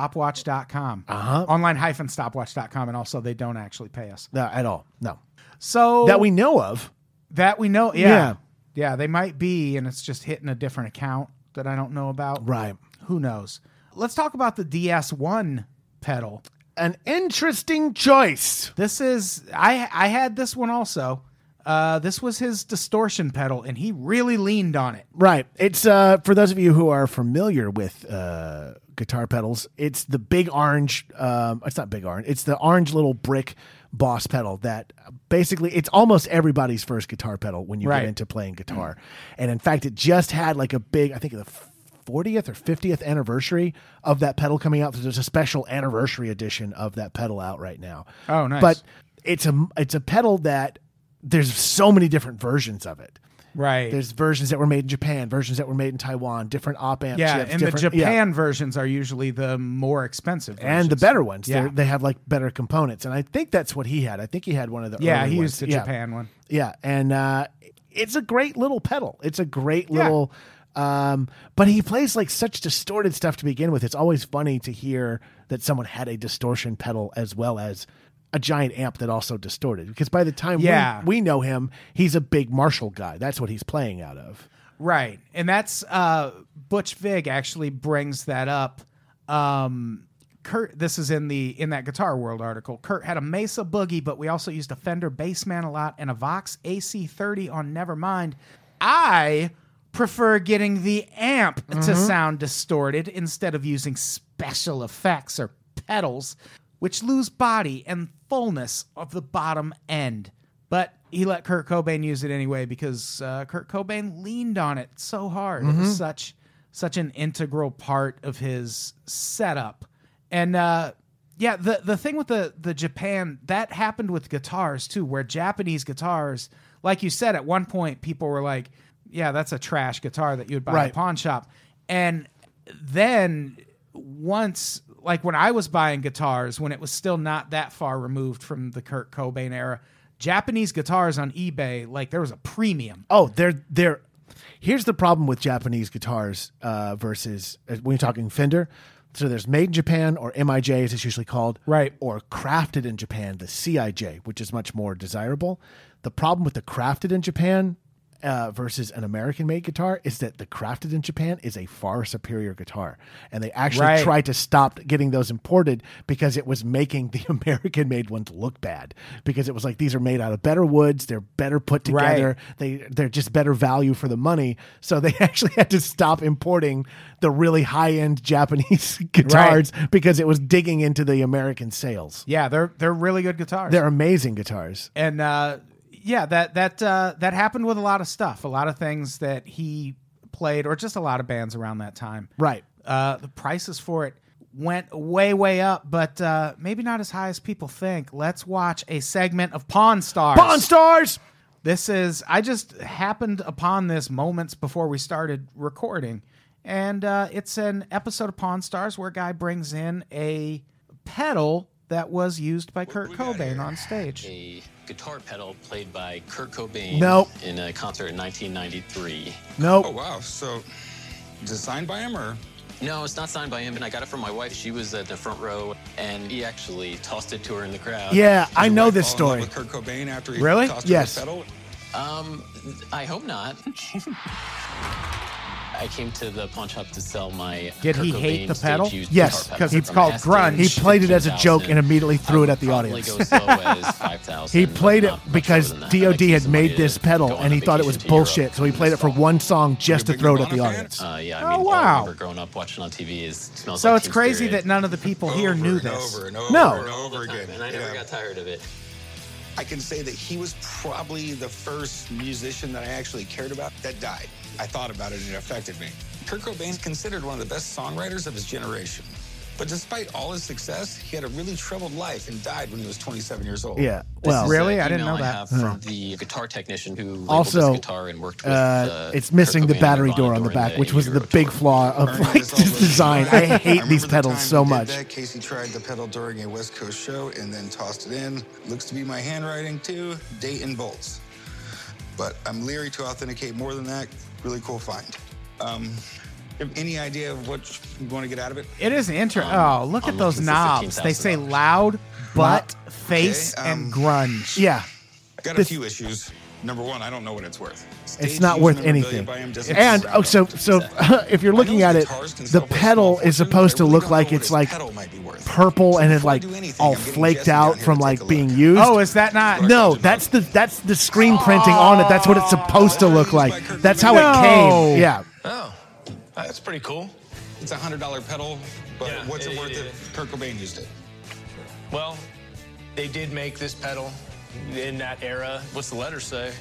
onlinestopwatch.com. Uh-huh. Online-stopwatch.com and also they don't actually pay us. No, at all. No. So That we know of. that we know yeah. Yeah. yeah. they might be and it's just hitting a different account that I don't know about. Right. Who knows. Let's talk about the DS1 pedal. An interesting choice. This is I I had this one also. Uh, this was his distortion pedal, and he really leaned on it. Right. It's uh, for those of you who are familiar with uh, guitar pedals. It's the big orange. Um, it's not big orange. It's the orange little brick boss pedal that basically it's almost everybody's first guitar pedal when you Right. get into playing guitar. And in fact, it just had like a big. I think the. 40th or 50th anniversary of that pedal coming out. There's a special anniversary edition of that pedal out right now. Oh, nice. But it's a it's a pedal that there's so many different versions of it. Right. There's versions that were made in Japan, versions that were made in Taiwan, different op amp yeah, chips, and the different- yeah. Japan versions are usually the more expensive versions. and the better ones. Yeah. They're- They have like better components, and I think that's what he had. I think he had one of the Yeah, early he ones. used the yeah. Japan one. Yeah, and uh, it's a great little pedal. It's a great Yeah. little Um, but he plays like such distorted stuff to begin with. It's always funny to hear that someone had a distortion pedal as well as a giant amp that also distorted. Because by the time we- Yeah. we, know him, he's a big Marshall guy. That's what he's playing out of. Right. And that's uh Butch Vig actually brings that up. Um Kurt this is in the in that Guitar World article. Kurt had a Mesa Boogie, but we also used a Fender Bassman a lot and a Vox AC30 on Nevermind. I prefer getting the amp to sound distorted instead of using special effects or pedals which lose body and fullness of the bottom end. But he let Kurt Cobain use it anyway because uh, Kurt Cobain leaned on it so hard. It was such such an integral part of his setup. And uh, yeah, the the thing with the the Japan that happened with guitars too, where Japanese guitars, like you said, at one point people were like, "Yeah, that's a trash guitar that you would buy at a Right. pawn shop," and then once like when I was buying guitars when it was still not that far removed from the Kurt Cobain era, Japanese guitars on eBay like there was a premium. Oh, they're they're. Here's the problem with Japanese guitars uh, versus uh, when you're talking Fender. So there's made in Japan or MIJ as it's usually called, Right. Or crafted in Japan, the CIJ, which is much more desirable. The problem with the crafted in Japan uh, versus an American-made guitar is that the crafted in Japan is a far superior guitar, and they actually Right. tried to stop getting those imported because it was making the American-made ones look bad. Because it was like these are made out of better woods, they're better put together Right. together. They they're just better value for the money. So they actually had to stop importing the really high end Japanese guitars because it was digging into the American sales. Yeah, they're they're really good guitars. They're amazing guitars. and uh, yeah, that that uh, that happened with a lot of stuff, a lot of things that he played, or just a lot of bands around that time. Right. Uh, the prices for it went way way up, but uh, maybe not as high as people think. Let's watch a segment of Pawn Stars. Pawn stars. This is I just happened upon this moments before we started recording, and uh, it's an episode of Pawn Stars where a guy brings in a pedal that was used by Kurt Cobain on stage. a guitar pedal played by Kurt Cobain Nope. in a concert in 1993. Oh Nope. wow! So, designed by him or? No, it's not signed by him, and I got it from my wife. She was at the front row, and he actually tossed it to her in the crowd. Yeah, I Did know White this fall in story. love With Kurt Cobain after he Really? Tossed Yes. Her the pedal? Um, I hope not. I came to the pawn shop to sell my. Did Kurt he hate Cobain the pedal? stage-used Yes, guitar pedal 'cause it's from called Aston grunge. He played it as a 15,000. joke and immediately threw it at the I would probably audience. go as low as 5,000, He but played it not much because lower than that. I'd like DOD to had see made somebody this to pedal go on and a he thought it was vacation to Europe bullshit, so he and played it for install one song just to big throw it at Nirvana the fan? audience. Uh, yeah, Oh, I mean, all wow. I remember growing up watching on TV is smells So like it's Teen crazy Spirit. that none of the people here over knew and this. Over and over No. and all over the time, again. and I never Yeah. got tired of it. I can say that he was probably the first musician that I actually cared about that died. I thought about it and it affected me. Kurt Cobain's considered one of the best songwriters of his generation. But despite all his success, he had a really troubled life and died when he was 27 years old. Yeah. This Well, is Really? a I didn't email know that. have from the guitar technician who labeled Also, this guitar and worked with. uh, Uh, it's missing Kurt the Cobain battery and door Nirvana on the during back, which was the Euro big tour. flaw of Ernie, like this all this looks- design. I hate remember these the pedals time so we did much. That Casey tried the pedal during a West Coast show and then tossed it in. Looks to be my handwriting too. Date and bolts. But I'm leery to authenticate more than that. Really cool find. Um, have any idea of what you want to get out of it? It is intro. Um, oh, look at I'm those looking for knobs. They say $15,000. loud, butt, face, Okay, um, and grunge. Yeah. Got a This- few issues. Number one, I don't know what it's worth. It's not worth anything. And oh, so uh, so if you're looking at it, the pedal is supposed to look like it's like purple and it's like all flaked out from like being used. Oh, is that not? no, that's the that's the screen printing on it. That's what it's supposed to look Oh, like. That's how it No. came. Yeah. Oh, that's pretty cool. It's a hundred dollar pedal, but Yeah, what's it, it- worth it- if Kurt Cobain used it? Well, they did make this pedal in that era. What's the letter say?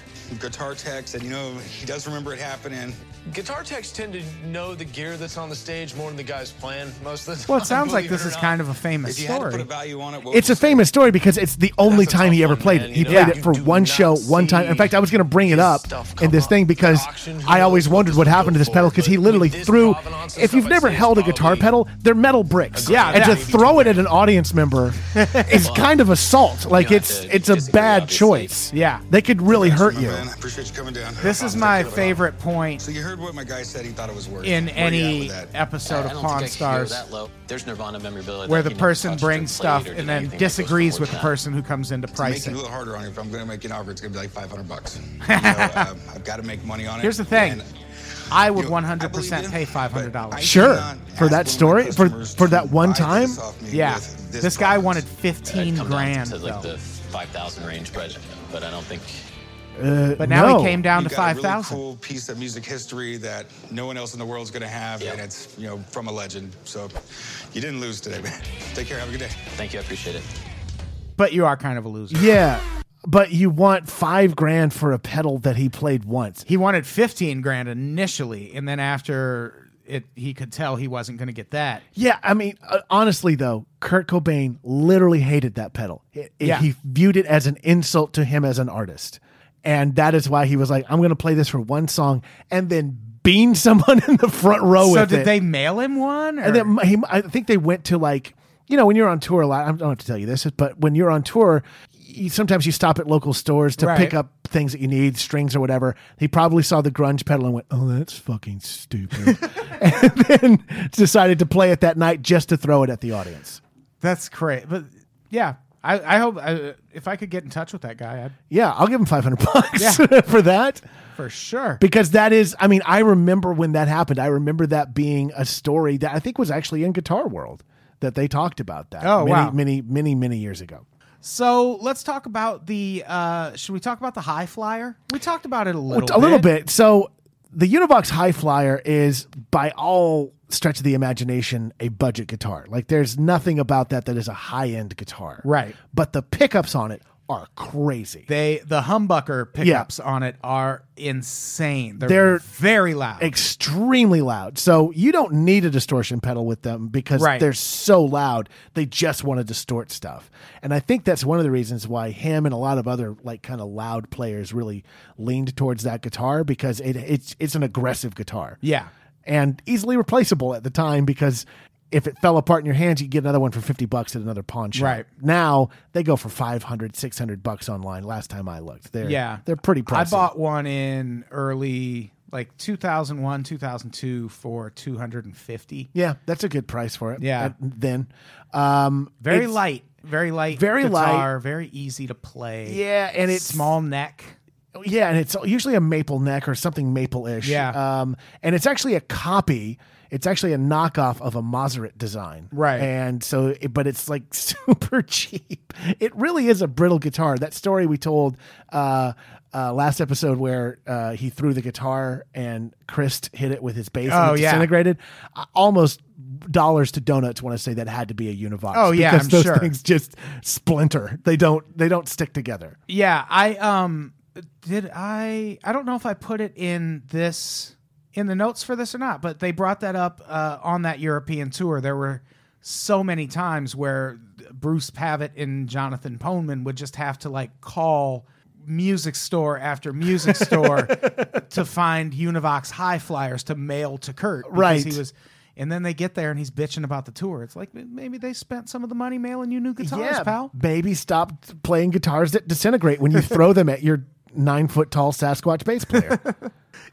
Guitar tech said, you know, he does remember it happening. Guitar techs tend to know the gear that's on the stage more than the guy's playing most of the time. Well, it sounds like believe this or is not. kind of a famous If you had to put a story. value on it, what It's would a you say? famous story because it's the only That's a time he tough ever one, played man, you it. He know? played You it for do one not show, one time. In see fact, I was going to bring it this up stuff in come this up thing at because auction, I you always know, wondered what just happened to go this pedal for it, because he but literally with this threw. provenance and If you've stuff, I'd never say it's held a guitar probably- pedal, they're metal bricks. Yeah, and to yeah. throw it at an audience member is kind of assault. Like know, it's to it's a disagree, bad obviously. choice. Yeah. they could really hurt you. Remember man. I appreciate you coming down. This is my favorite point So you heard what my guy said. He thought it was worth. in Where you at any with that? episode I of don't Pawn think I can go Stars. that low. There's Nirvana memorabilia Where that the he never person touched or brings played stuff or and did then anything that goes disagrees with towards the that. person who comes into Making it a pricing. little harder on you. If I'm going to make an offer, it's going to be like 500 bucks. You know, um, I've got to make money on it. Here's the thing. and- I would You know, I 100% believe pay you, but I $500. Sure. cannot ask For that one of my story? For- customers for to that one buy this time? off me Yeah. with This guy product. wanted I'd 15 come down grand. to like though. the 5,000 range budget, but I don't think But now Uh, No. he came down to You've got a really 5,000. cool piece of music history that no one else in the world's going to have, Yeah. and it's you know from a legend. So you didn't lose today, man. Take care. Have a good day. Thank you. I appreciate it. But you are kind of a loser. Yeah, but you want five grand for a pedal that he played once. He wanted 15 grand initially and then after it he could tell he wasn't going to get that. Yeah, I mean, uh, honestly though, Kurt Cobain literally hated that pedal. It- it- Yeah. He viewed it as an insult to him as an artist, and that is why he was like, "I'm going to play this for one song and then bean someone in the front row so with did it." they mail him one? and or- then he, I think they went to like, you know, when you're on tour a lot. I don't have to tell you this, but when you're on tour, you, sometimes you stop at local stores to Right. pick up things that you need, strings or whatever. He probably saw the grunge pedal and went, "Oh, that's fucking stupid," and then decided to play it that night just to throw it at the audience. That's great. But yeah, I, I hope I, if I could get in touch with that guy, I'd Yeah, I'll give him five hundred bucks Yeah. for that. for sure. Because that is, I mean, I remember when that happened. I remember that being a story that I think was actually in Guitar World that they talked about that. Oh, many, wow. many, many, many years ago. So let's talk about the. Uh, should we talk about the high flyer? We talked about it a little. a little bit. So the Univox High Flyer is by all stretch of the imagination a budget guitar. Like there's nothing about that that is a high end guitar. Right. But the pickups on it are crazy. They the humbucker pickups on it are insane. They're, They're- very loud. extremely loud. So you don't need a distortion pedal with them because Right. they're so loud. They just want to distort stuff. And I think that's one of the reasons why him and a lot of other like kind of loud players really leaned towards that guitar because it it's it's an aggressive guitar. yeah, And easily replaceable at the time because if it fell apart in your hands, you could get another one for 50 bucks at another pawn shop. Right. Now they go for 500, 600 bucks online. Last time I looked, they're, yeah. they're pretty pricey. I bought one in early like 2001, 2002 for 250. Yeah, that's a good price for it. Yeah. at- then, um, Very it's- light, very light, Very light. guitar, very easy to play. Yeah, and it's small neck. Yeah, and it's usually a maple neck or something maple-ish. Oh, Yeah. um, and it's actually a copy. It's actually a knockoff of a Maserati design. Right. and so, it- but it's like super cheap. It really is a brittle guitar. That story we told uh, uh, last episode where uh, he threw the guitar and Christ hit it with his bass Oh, and it yeah. disintegrated. I almost dollars to donuts when I say that had to be a Univox. Oh, yeah, because I'm those sure. things just splinter. They don't. They don't stick together. Yeah, I um did I I don't know if I put it in this in the notes for this or not, but they brought that up uh, on that European tour. There were so many times where Bruce Pavitt and Jonathan Poneman would just have to like call music store after music store to find Univox high flyers to mail to Kurt because Right. he was and then they get there and he's bitching about the tour. It's like maybe they spent some of the money mailing you new guitars, pal. Maybe stop playing guitars that disintegrate when you throw them at your nine foot tall Sasquatch bass player.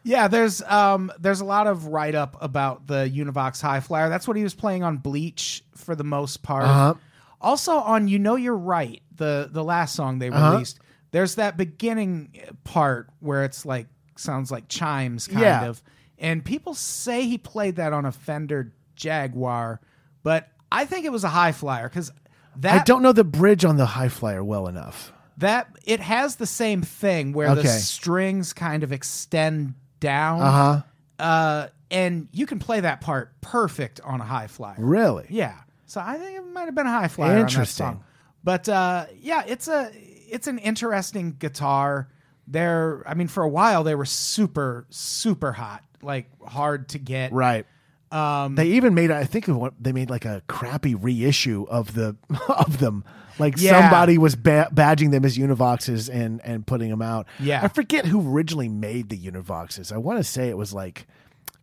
Yeah, there's um there's a lot of write up about the Univox High Flyer. That's what he was playing on Bleach for the most part. Uh-huh. Also on You Know You're Right, the the last song they Uh-huh. released. There's that beginning part where it's like sounds like chimes kind Yeah. of. And people say he played that on a Fender Jaguar, but I think it was a High Flyer cuz I that don't know the bridge on the high flyer well enough. that it has the same thing where the Okay. strings kind of extend down. Uh huh. Uh, and you can play that part perfect on a high flyer. Really? Yeah. So I think it might have been a high flyer on that Interesting. song. But uh, yeah, it's a it's an interesting guitar. They're I mean, for a while they were super super hot, like hard to get. Right. Um, they even made I think of what they made like a crappy reissue of the of them. Like Yeah. somebody was ba- badging them as Univoxes and and putting them out. Yeah. I forget who originally made the Univoxes. I want to say it was like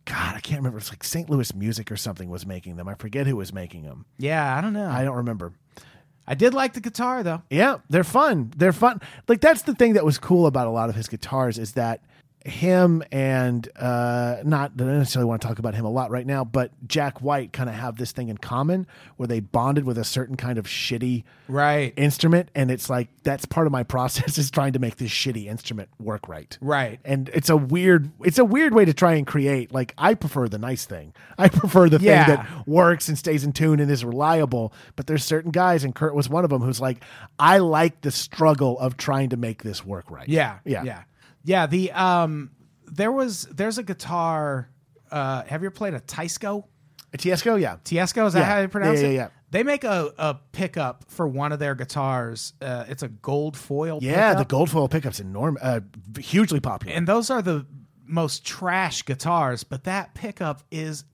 God, I can't remember. It's like St. Louis Music or something was making them. I forget who was making them. Yeah, I don't know. I don't remember. I did like the guitar though. Yeah, they're fun. They're fun. Like that's the thing that was cool about a lot of his guitars is that him and uh not that I necessarily want to talk about him a lot right now, but Jack White kind of have this thing in common where they bonded with a certain kind of shitty Right. instrument and it's like that's part of my process is trying to make this shitty instrument work right. Right. And it's a weird it's a weird way to try and create. Like I prefer the nice thing. I prefer the Yeah. thing that works and stays in tune and is reliable. But there's certain guys, and Kurt was one of them, who's like, I like the struggle of trying to make this work right. Yeah. Yeah. Yeah. Yeah. The um there was there's a guitar uh have you ever played a Tysco? A Tiesco, yeah. Tiesco, is that Yeah. how you pronounce Yeah, it? yeah, yeah. They make a, a pickup for one of their guitars. Uh, it's a gold foil Yeah, pickup. the gold foil pickups enormous, uh, hugely popular. and those are the most trash guitars, but that pickup is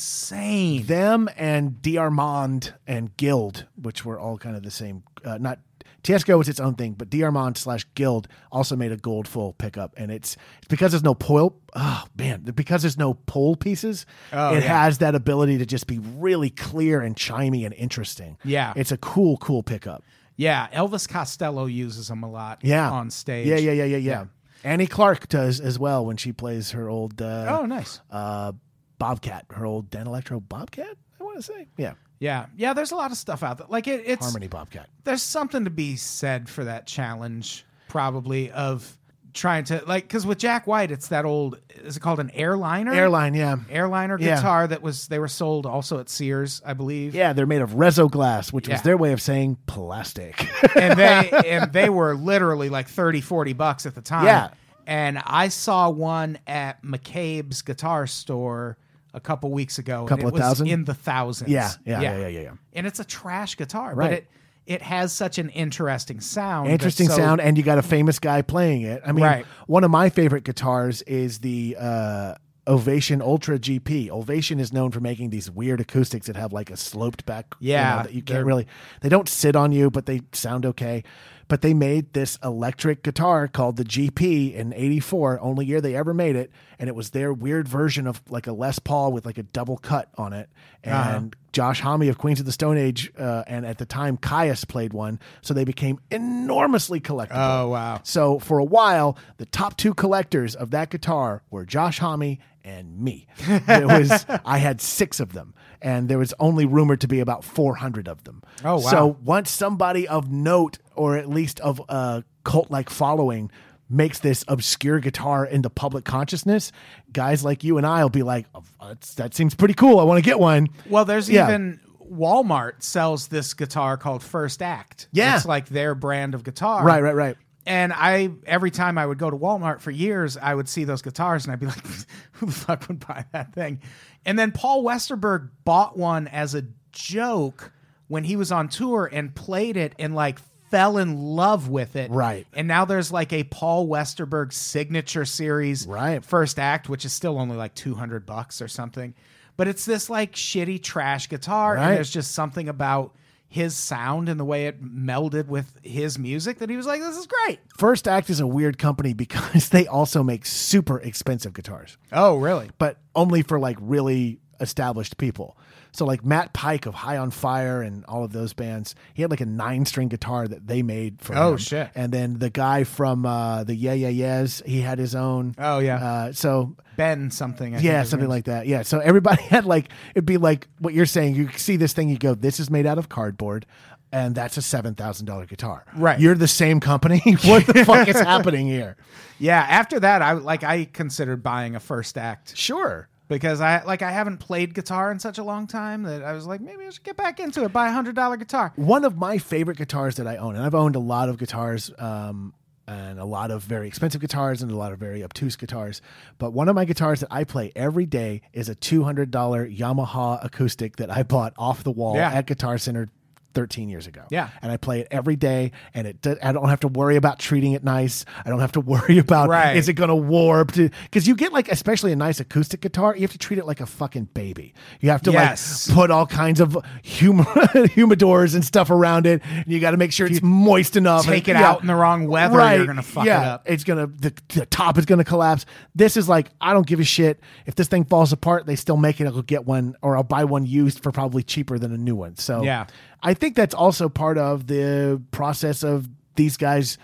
insane. them and D'Armand and Guild, which were all kind of the same. Uh, not Tiesco was its own thing, but D'Armand slash Guild also made a gold full pickup, and it's, it's because there's no pole. Oh man, because there's no pole pieces, it Oh, yeah. has that ability to just be really clear and chimey and interesting. Yeah. it's a cool, cool pickup. yeah, Elvis Costello uses them a lot Yeah, on stage. Yeah, yeah, yeah, yeah, yeah. Annie Clark does as well when she plays her old Oh, uh, nice. uh, Bobcat, her old Dan Electro Bobcat. I want to say, yeah, Yeah. Yeah, there's a lot of stuff out there. Like it, it's Harmony Bobcat. there's something to be said for that challenge, probably of trying to like because with Jack White, it's that old is it called an airliner? Airline, yeah. airliner Yeah. guitar that was they were sold also at Sears, I believe. Yeah, they're made of reso glass, which Yeah. was their way of saying plastic. and they and they were literally like 30 40 bucks at the time Yeah. and i saw one at mccabe's guitar store a couple weeks ago Couple and it of was thousand? in the thousands Yeah, yeah, yeah, yeah, yeah, yeah. and it's a trash guitar but Right. it it has such an interesting sound that's Interesting so- sound, and you got a famous guy playing it. I mean, Right. one of my favorite guitars is the uh, Ovation Ultra GP. Ovation is known for making these weird acoustics that have like a sloped back. you know, Yeah, that you they're- can't really. They don't sit on you, but they sound okay. But they made this electric guitar called the GP in '84, only year they ever made it, and it was their weird version of like a Les Paul with like a double cut on it, and. Josh Homme of Queens of the Stone Age, uh, and at the time Caius played one, so they became enormously collectible. oh wow So for a while, the top two collectors of that guitar were Josh Homme and me. It was I had six of them, and there was only rumored to be about four hundred of them. Oh, wow. So once somebody of note, or at least of a cult-like following. Makes this obscure guitar into public consciousness, guys like you and I will be like, "Oh, that's- that seems pretty cool. I want to get one. well there's Yeah. even walmart sells this guitar called first act Yeah. it's like their brand of guitar Right, right, right. and I every time I would go to Walmart for years, I would see those guitars and I'd be like, who the fuck would buy that thing? And then Paul Westerberg bought one as a joke when he was on tour and played it and like fell in love with it. Right. And now there's like a Paul Westerberg signature series Right. first act, which is still only like 200 bucks or something. But it's this like shitty trash guitar. Right. And there's just something about his sound and the way it melded with his music that he was like, this is great. First Act is a weird company because they also make super expensive guitars, Oh, really? but only for like really established people. So like Matt Pike of High on Fire and all of those bands, he had like a nine string guitar that they made for Oh, him. shit. And then the guy from uh, the Yeah Yeah Yeahs, he had his own. Oh, yeah. Uh, so Ben something. I think yeah, his something name is. like that. Yeah. So everybody had like it'd be like what you're saying. You see this thing, you go, "This is made out of cardboard," and that's a seven thousand dollar guitar. Right. You're the same company. what the fuck is happening here? Yeah. After that, I like I considered buying a first act Sure. because I like I haven't played guitar in such a long time that I was like maybe I should get back into it. Buy a hundred dollar guitar. One of my favorite guitars that I own, and I've owned a lot of guitars, um, and a lot of very expensive guitars, and a lot of very obtuse guitars. But one of my guitars that I play every day is a two hundred dollar Yamaha acoustic that I bought off the wall Yeah. at Guitar Center. 13 years ago. Yeah. And I play it every day and it do- I don't have to worry about treating it nice. I don't have to worry about Right. is it going to warp to cuz you get like especially a nice acoustic guitar, you have to treat it like a fucking baby. You have to Yes. like put all kinds of hum- humidors and stuff around it. And you got to make sure it's moist enough. Take it And- yeah. out in the wrong weather, you're gonna fuck yeah. it up. It's gonna the, the top is gonna collapse. This is like I don't give a shit if this thing falls apart. They still make it. I'll get one or I'll buy one used for probably cheaper than a new one. So Yeah. I think that's also part of the process of these guys,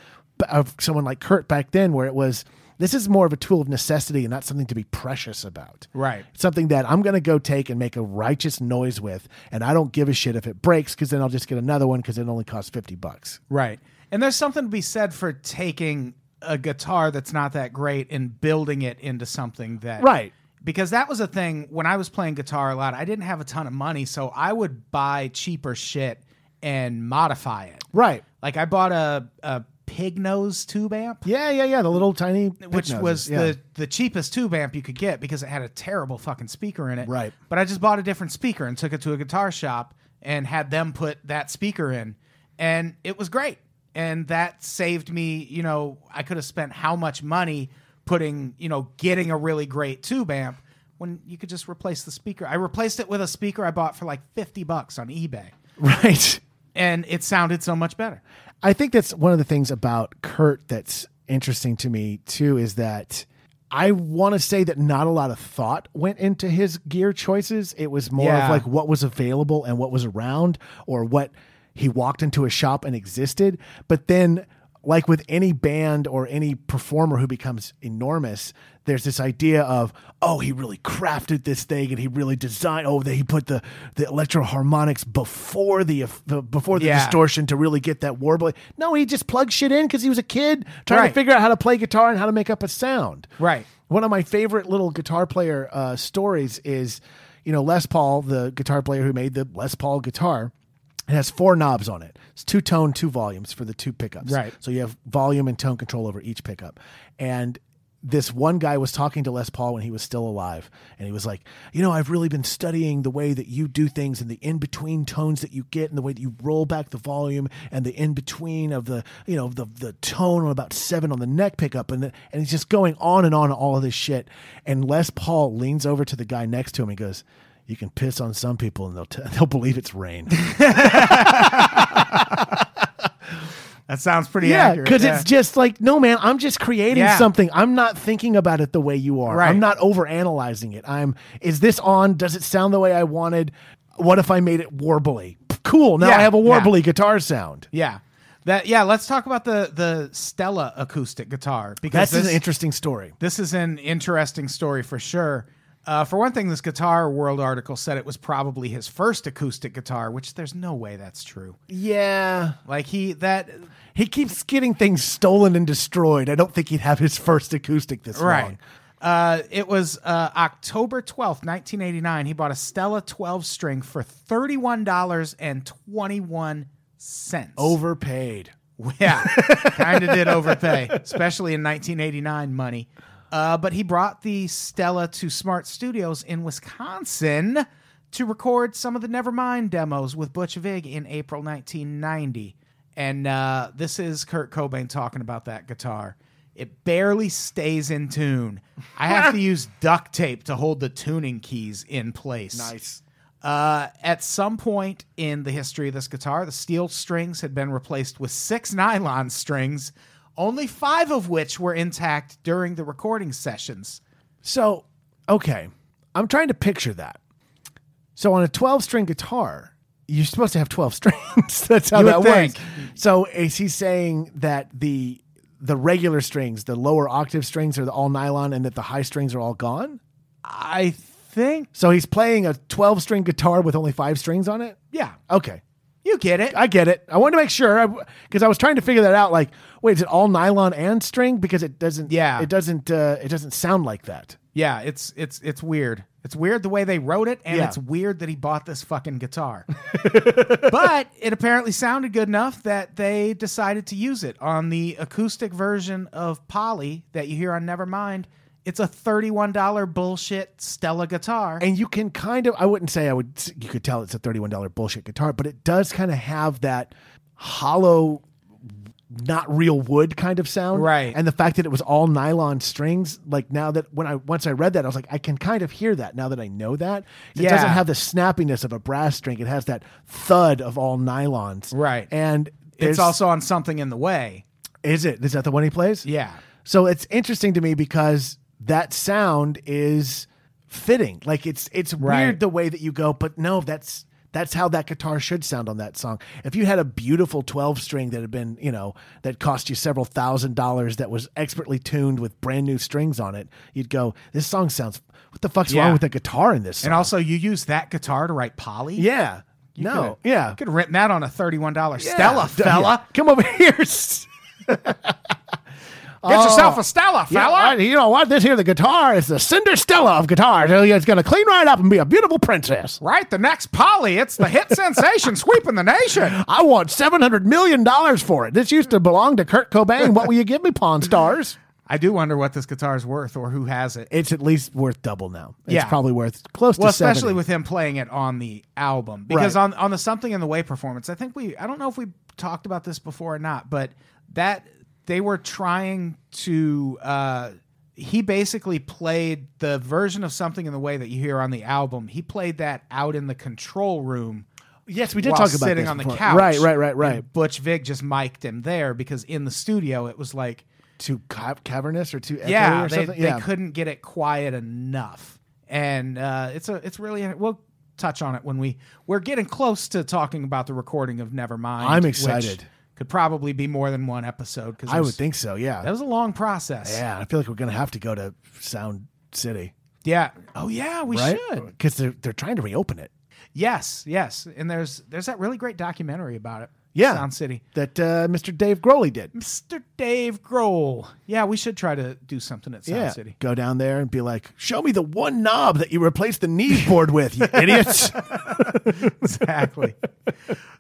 of someone like Kurt back then, where it was this is more of a tool of necessity and not something to be precious about. Right. Something that I'm going to go take and make a righteous noise with, and I don't give a shit if it breaks because then I'll just get another one because it only costs fifty bucks. Right. And there's something to be said for taking a guitar that's not that great and building it into something that Right. Because that was a thing when I was playing guitar a lot, I didn't have a ton of money, so I would buy cheaper shit and modify it. Right. Like I bought a a pig nose tube amp. Yeah, yeah, yeah. The little tiny, Which pig was noses. Yeah. the, the cheapest tube amp you could get because it had a terrible fucking speaker in it. Right. But I just bought a different speaker and took it to a guitar shop and had them put that speaker in. And it was great. And that saved me, you know, I could have spent how much money putting, you know, getting a really great tube amp when you could just replace the speaker. I replaced it with a speaker I bought for like 50 bucks on eBay. right. And it sounded so much better. I think that's one of the things about Kurt that's interesting to me too is that I want to say that not a lot of thought went into his gear choices. It was more Yeah. of like what was available and what was around or what he walked into a shop and existed. But then like with any band or any performer who becomes enormous, there's this idea of, oh, he really crafted this thing and he really designed oh, that he put the the electro harmonics before the eff- the- before the Yeah. distortion distortion to really get that warbling. No, he just plugged shit in because he was a kid trying to Right. figure out how to play guitar and how to make up a sound. Right. One of my favorite little guitar player uh, stories is, you know, Les Paul, the guitar player who made the Les Paul guitar. It has four knobs on it. It's two tone, two volumes for the two pickups. Right. So you have volume and tone control over each pickup. And this one guy was talking to Les Paul when he was still alive. And he was like, You know, I've really been studying the way that you do things and the in between tones that you get and the way that you roll back the volume and the in between of the, you know, the, the tone on about seven on the neck pickup. And, the, and he's just going on and on all of this shit. And Les Paul leans over to the guy next to him and goes, you can piss on some people and they'll t- they'll believe it's rain. That sounds pretty Yeah, accurate. because it's just like, no, man, I'm just creating Yeah. something. I'm not thinking about it the way you are. Right. I'm not overanalyzing it. I'm, is this on? Does it sound the way I wanted? What if I made it warbly? Cool. Now Yeah, I have a yeah. warbly guitar sound. Yeah. That yeah, let's talk about the the Stella acoustic guitar because That's this, an interesting story. this is an interesting story for sure. Uh, for one thing, this Guitar World article said it was probably his first acoustic guitar, which there's no way that's true. Yeah. Like he that He keeps getting things stolen and destroyed. I don't think he'd have his first acoustic this long. Uh, it was uh, October 12th, 1989. He bought a Stella 12 string for $31.21. Overpaid. Yeah, kind of did overpay, especially in 1989 money. Uh, but he brought the Stella to Smart Studios in Wisconsin to record some of the Nevermind demos with Butch Vig in April 1990. And uh, this is Kurt Cobain talking about that guitar. It barely stays in tune. I have to use duct tape to hold the tuning keys in place. Nice. Uh, at some point in the history of this guitar, the steel strings had been replaced with six nylon strings, only five of which were intact during the recording sessions. So, okay, I'm trying to picture that. So on a 12 string guitar, you're supposed to have 12 strings. That's how You would that think. works. So is he saying that the the regular strings, the lower octave strings, are the all nylon, and that the high strings are all gone? I think, So he's playing a 12 string guitar with only five strings on it. yeah, Okay. you get it. I get it. I wanted to make sure because I was trying to figure that out. Like, wait, is it all nylon and string? Because it doesn't. Yeah. it doesn't. Uh, it doesn't sound like that. yeah, it's it's it's weird. It's weird the way they wrote it, and Yeah. it's weird that he bought this fucking guitar. but it apparently sounded good enough that they decided to use it on the acoustic version of Polly that you hear on Nevermind. It's a thirty-one dollar bullshit Stella guitar. and you can kind of i wouldn't say i would you could tell it's a $31 bullshit guitar but it does kind of have that hollow not real wood kind of sound Right. and the fact that it was all nylon strings like now that when i once i read that i was like i can kind of hear that now that i know that it Yeah. doesn't have the snappiness of a brass string it has that thud of all nylons Right. and It's there's- also on something in the way. is it is that the one he plays Yeah. So it's interesting to me because that sound is fitting. Like it's it's Right. weird the way that you go, but no, that's That's how that guitar should sound on that song. If you had a beautiful 12 string that had been, you know, that cost you several thousand dollars that was expertly tuned with brand new strings on it, you'd go, this song sounds, what the fuck's Yeah. wrong with the guitar in this song? And also, you use that guitar to write Polly. yeah. No. Yeah. could have written that on a thirty-one dollar Yeah. Stella, D- fella. yeah. Come over here. Get yourself a Stella, Yeah, fella. I- you know what? This here, the guitar is the Cinder Stella of guitars. It's going to clean right up and be a beautiful princess. Right, the next Polly. It's the hit sensation sweeping the nation. I want seven hundred million dollars for it. This used to belong to Kurt Cobain. What will you give me, Pawn Stars? I do wonder what this guitar's worth or who has it. It's at least worth double now. It's Yeah. probably worth close well, to seven. especially with him playing it on the album because Right. on on the Something in the Way performance, I think we I don't know if we talked about this before or not, but that they were trying to uh he basically played the version of Something in the Way that you hear on the album. He played that out in the control room. yes, we did while talk about sitting this on the before. couch. Right, right, right, right. And Butch Vig just mic'd him there because in the studio it was like Too ca- cavernous or too echoey yeah, E or they, something. they couldn't get it quiet enough, and uh, it's a it's really we'll touch on it when we we're getting close to talking about the recording of Nevermind. I'm which excited. could probably be more than one episode because I would think so. Yeah, that was a long process. yeah. I feel like we're gonna have to go to Sound City, Yeah. Oh yeah, we right? should. Because they're they're trying to reopen it. Yes, yes. And there's there's that really great documentary about it. Yeah. Sound City. That uh, Mr. Dave Grohley did. Mr. Dave Grohl. Yeah, we should try to do something at Sound yeah. City. Go down there and be like, show me the one knob that you replaced the knees board with, you idiots. exactly.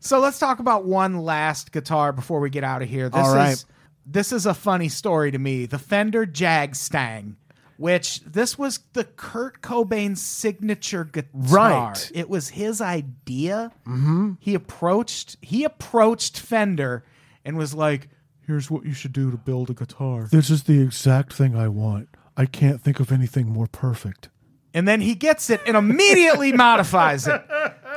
So let's talk about one last guitar before we get out of here. This All right. is this is a funny story to me. The Fender Jagstang, which this was the Kurt Cobain signature guitar. Right. It was his idea. Mm-hmm. He approached he approached Fender and was like, "Here's what you should do to build a guitar." this is the exact thing I want. I can't think of anything more perfect. and then he gets it and immediately modifies it.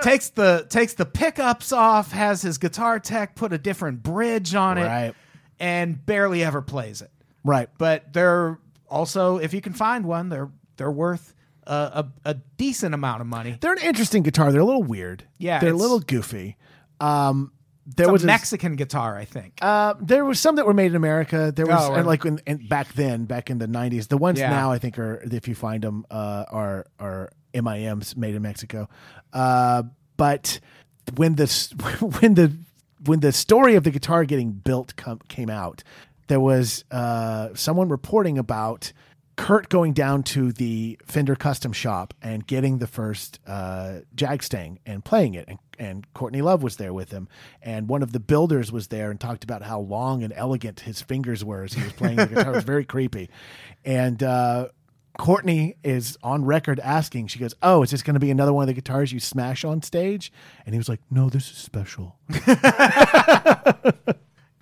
Takes the takes the pickups off, has his guitar tech put a different bridge on it, Right. and barely ever plays it. Right. But they're also, if you can find one, they're they're worth a, a, a decent amount of money. They're an interesting guitar. They're a little weird. Yeah, They're a it's- little goofy. Um, there It's was a a- Mexican guitar, I think. Uh, there was some that were made in America. There was Oh, and right. like in, in, back then, back in the '90s. The ones Yeah. now, I think, are if you find them, uh, are are MIMs made in Mexico. Uh, but when the s- when the when the story of the guitar getting built come, came out, there was uh, someone reporting about Kurt going down to the Fender custom shop and getting the first uh, Jagstang and playing it. And, and Courtney Love was there with him. And one of the builders was there and talked about how long and elegant his fingers were as he was playing the guitar. It was very creepy. And uh, Courtney is on record asking, she goes, Oh, is this going to be another one of the guitars you smash on stage? And he was like, No, this is special.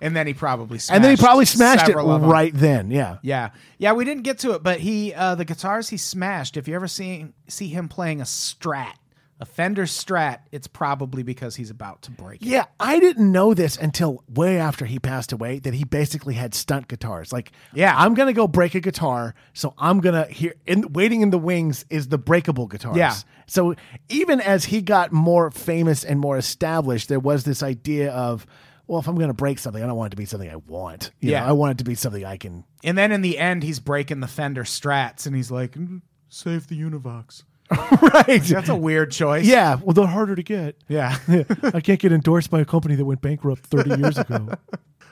and then he probably smashed And then he probably smashed it several of 'em. right then. Yeah. Yeah, yeah, we didn't get to it, but he uh, the guitars he smashed. If you ever see see him playing a Strat, a Fender Strat, it's probably because he's about to break. it. Yeah, I didn't know this until way after he passed away that he basically had stunt guitars. Like, Yeah. I'm gonna go break a guitar, so I'm gonna here in waiting in the wings is the breakable guitars. Yeah. So even as he got more famous and more established, there was this idea of, well, if I'm gonna break something, I don't want it to be something I want. You Yeah. know, I want it to be something I can. And then in the end, he's breaking the Fender Strats, and he's like, "Mm, "Save the Univox." right. That's a weird choice. Yeah. Well, they're harder to get. yeah. I can't get endorsed by a company that went bankrupt 30 years ago.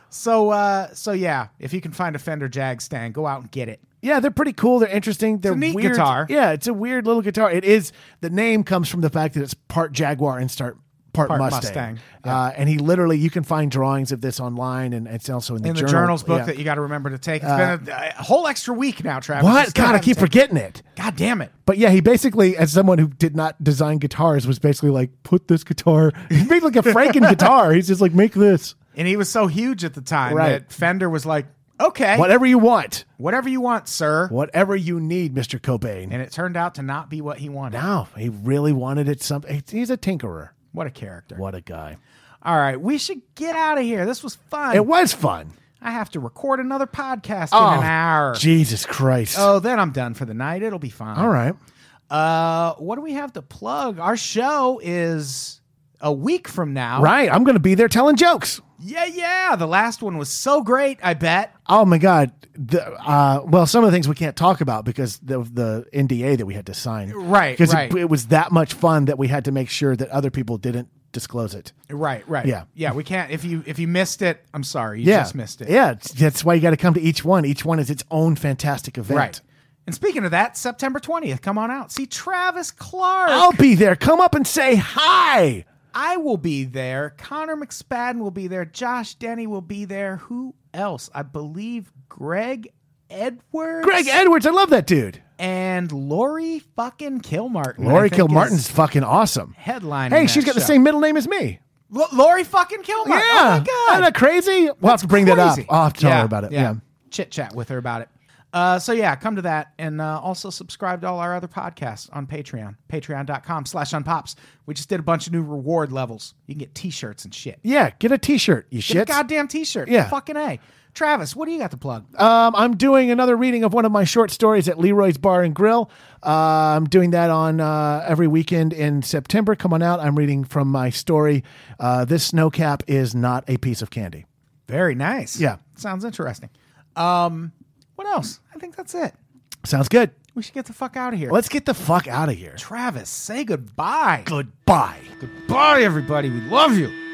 so, uh, so yeah, if you can find a Fender Jag stand, go out and get it. Yeah, they're pretty cool. They're interesting. They're neat weird. guitar. Yeah, it's a weird little guitar. It is. The name comes from the fact that it's part Jaguar and start part, Part Mustang. Mustang, Uh, and he literally, you can find drawings of this online, and it's also in the, In the journal. journal's book Yeah. Uh, that you got to remember to take. It's been a, a whole extra week now, Travis. You What? still God, I haven't keep taken- forgetting it. God damn it! But yeah, he basically, as someone who did not design guitars, was basically like, put this guitar. He made like a Franken guitar. He's just like, make this And he was so huge at the time Right. that Fender was like, "Okay, whatever you want, whatever you want, sir." whatever you need, Mister Cobain. And it turned out to not be what he wanted. now he really wanted it. Something. He's a tinkerer. What a character! What a guy. All right, we should get out of here. This was fun. It was fun. I have to record another podcast in Oh, an hour. Jesus Christ. Oh, then I'm done for the night. It'll be fine. All right. Uh, what do we have to plug? Our show is a week from now. Right. I'm going to be there telling jokes. Yeah, yeah. The last one was so great, I bet. Oh my God. The, uh, well, some of the things we can't talk about because of the NDA that we had to sign. Right, Because right. it, it was that much fun that we had to make sure that other people didn't disclose it. Right, right. Yeah. Yeah, we can't if you if you missed it, I'm sorry, you Yeah. just missed it. Yeah. it's- That's why you got to come to each one. Each one is its own fantastic event. Right. And speaking of that, September 20th, come on out. See Travis Clark. I'll be there. Come up and say hi. I will be there. Connor McSpadden will be there. Josh Denny will be there. Who else? I believe Greg Edwards. Greg Edwards. I love that dude. and Lori fucking Kilmartin. Lori I think, Kilmartin's is fucking awesome. headlining. Hey, that she's got the show. same middle name as me. L- Lori fucking Kilmartin. Yeah. Oh my god. Isn't that crazy? We'll have to bring that up. Crazy. I'll have to tell her about it. yeah. Chit chat with her about it. Uh, so yeah, come to that and uh, also subscribe to all our other podcasts on Patreon, patreon.com slash unpops. We just did a bunch of new reward levels. You can get t-shirts and shit. Yeah, get a t-shirt, you Get a shit. goddamn t-shirt. Yeah. Fucking A. Travis, what do you got to plug? Uh, Um, I'm doing another reading of one of my short stories at Leroy's Bar and Grill. Uh, I'm doing that on uh, every weekend in September. Come on out. I'm reading from my story. Uh, this snow cap is not a piece of candy. Very nice. Yeah. Sounds interesting. Um, what else? I think that's it. Sounds good. We should get the fuck out of here. Let's get the fuck out of here. Travis, say goodbye. Goodbye. Goodbye, everybody. We love you.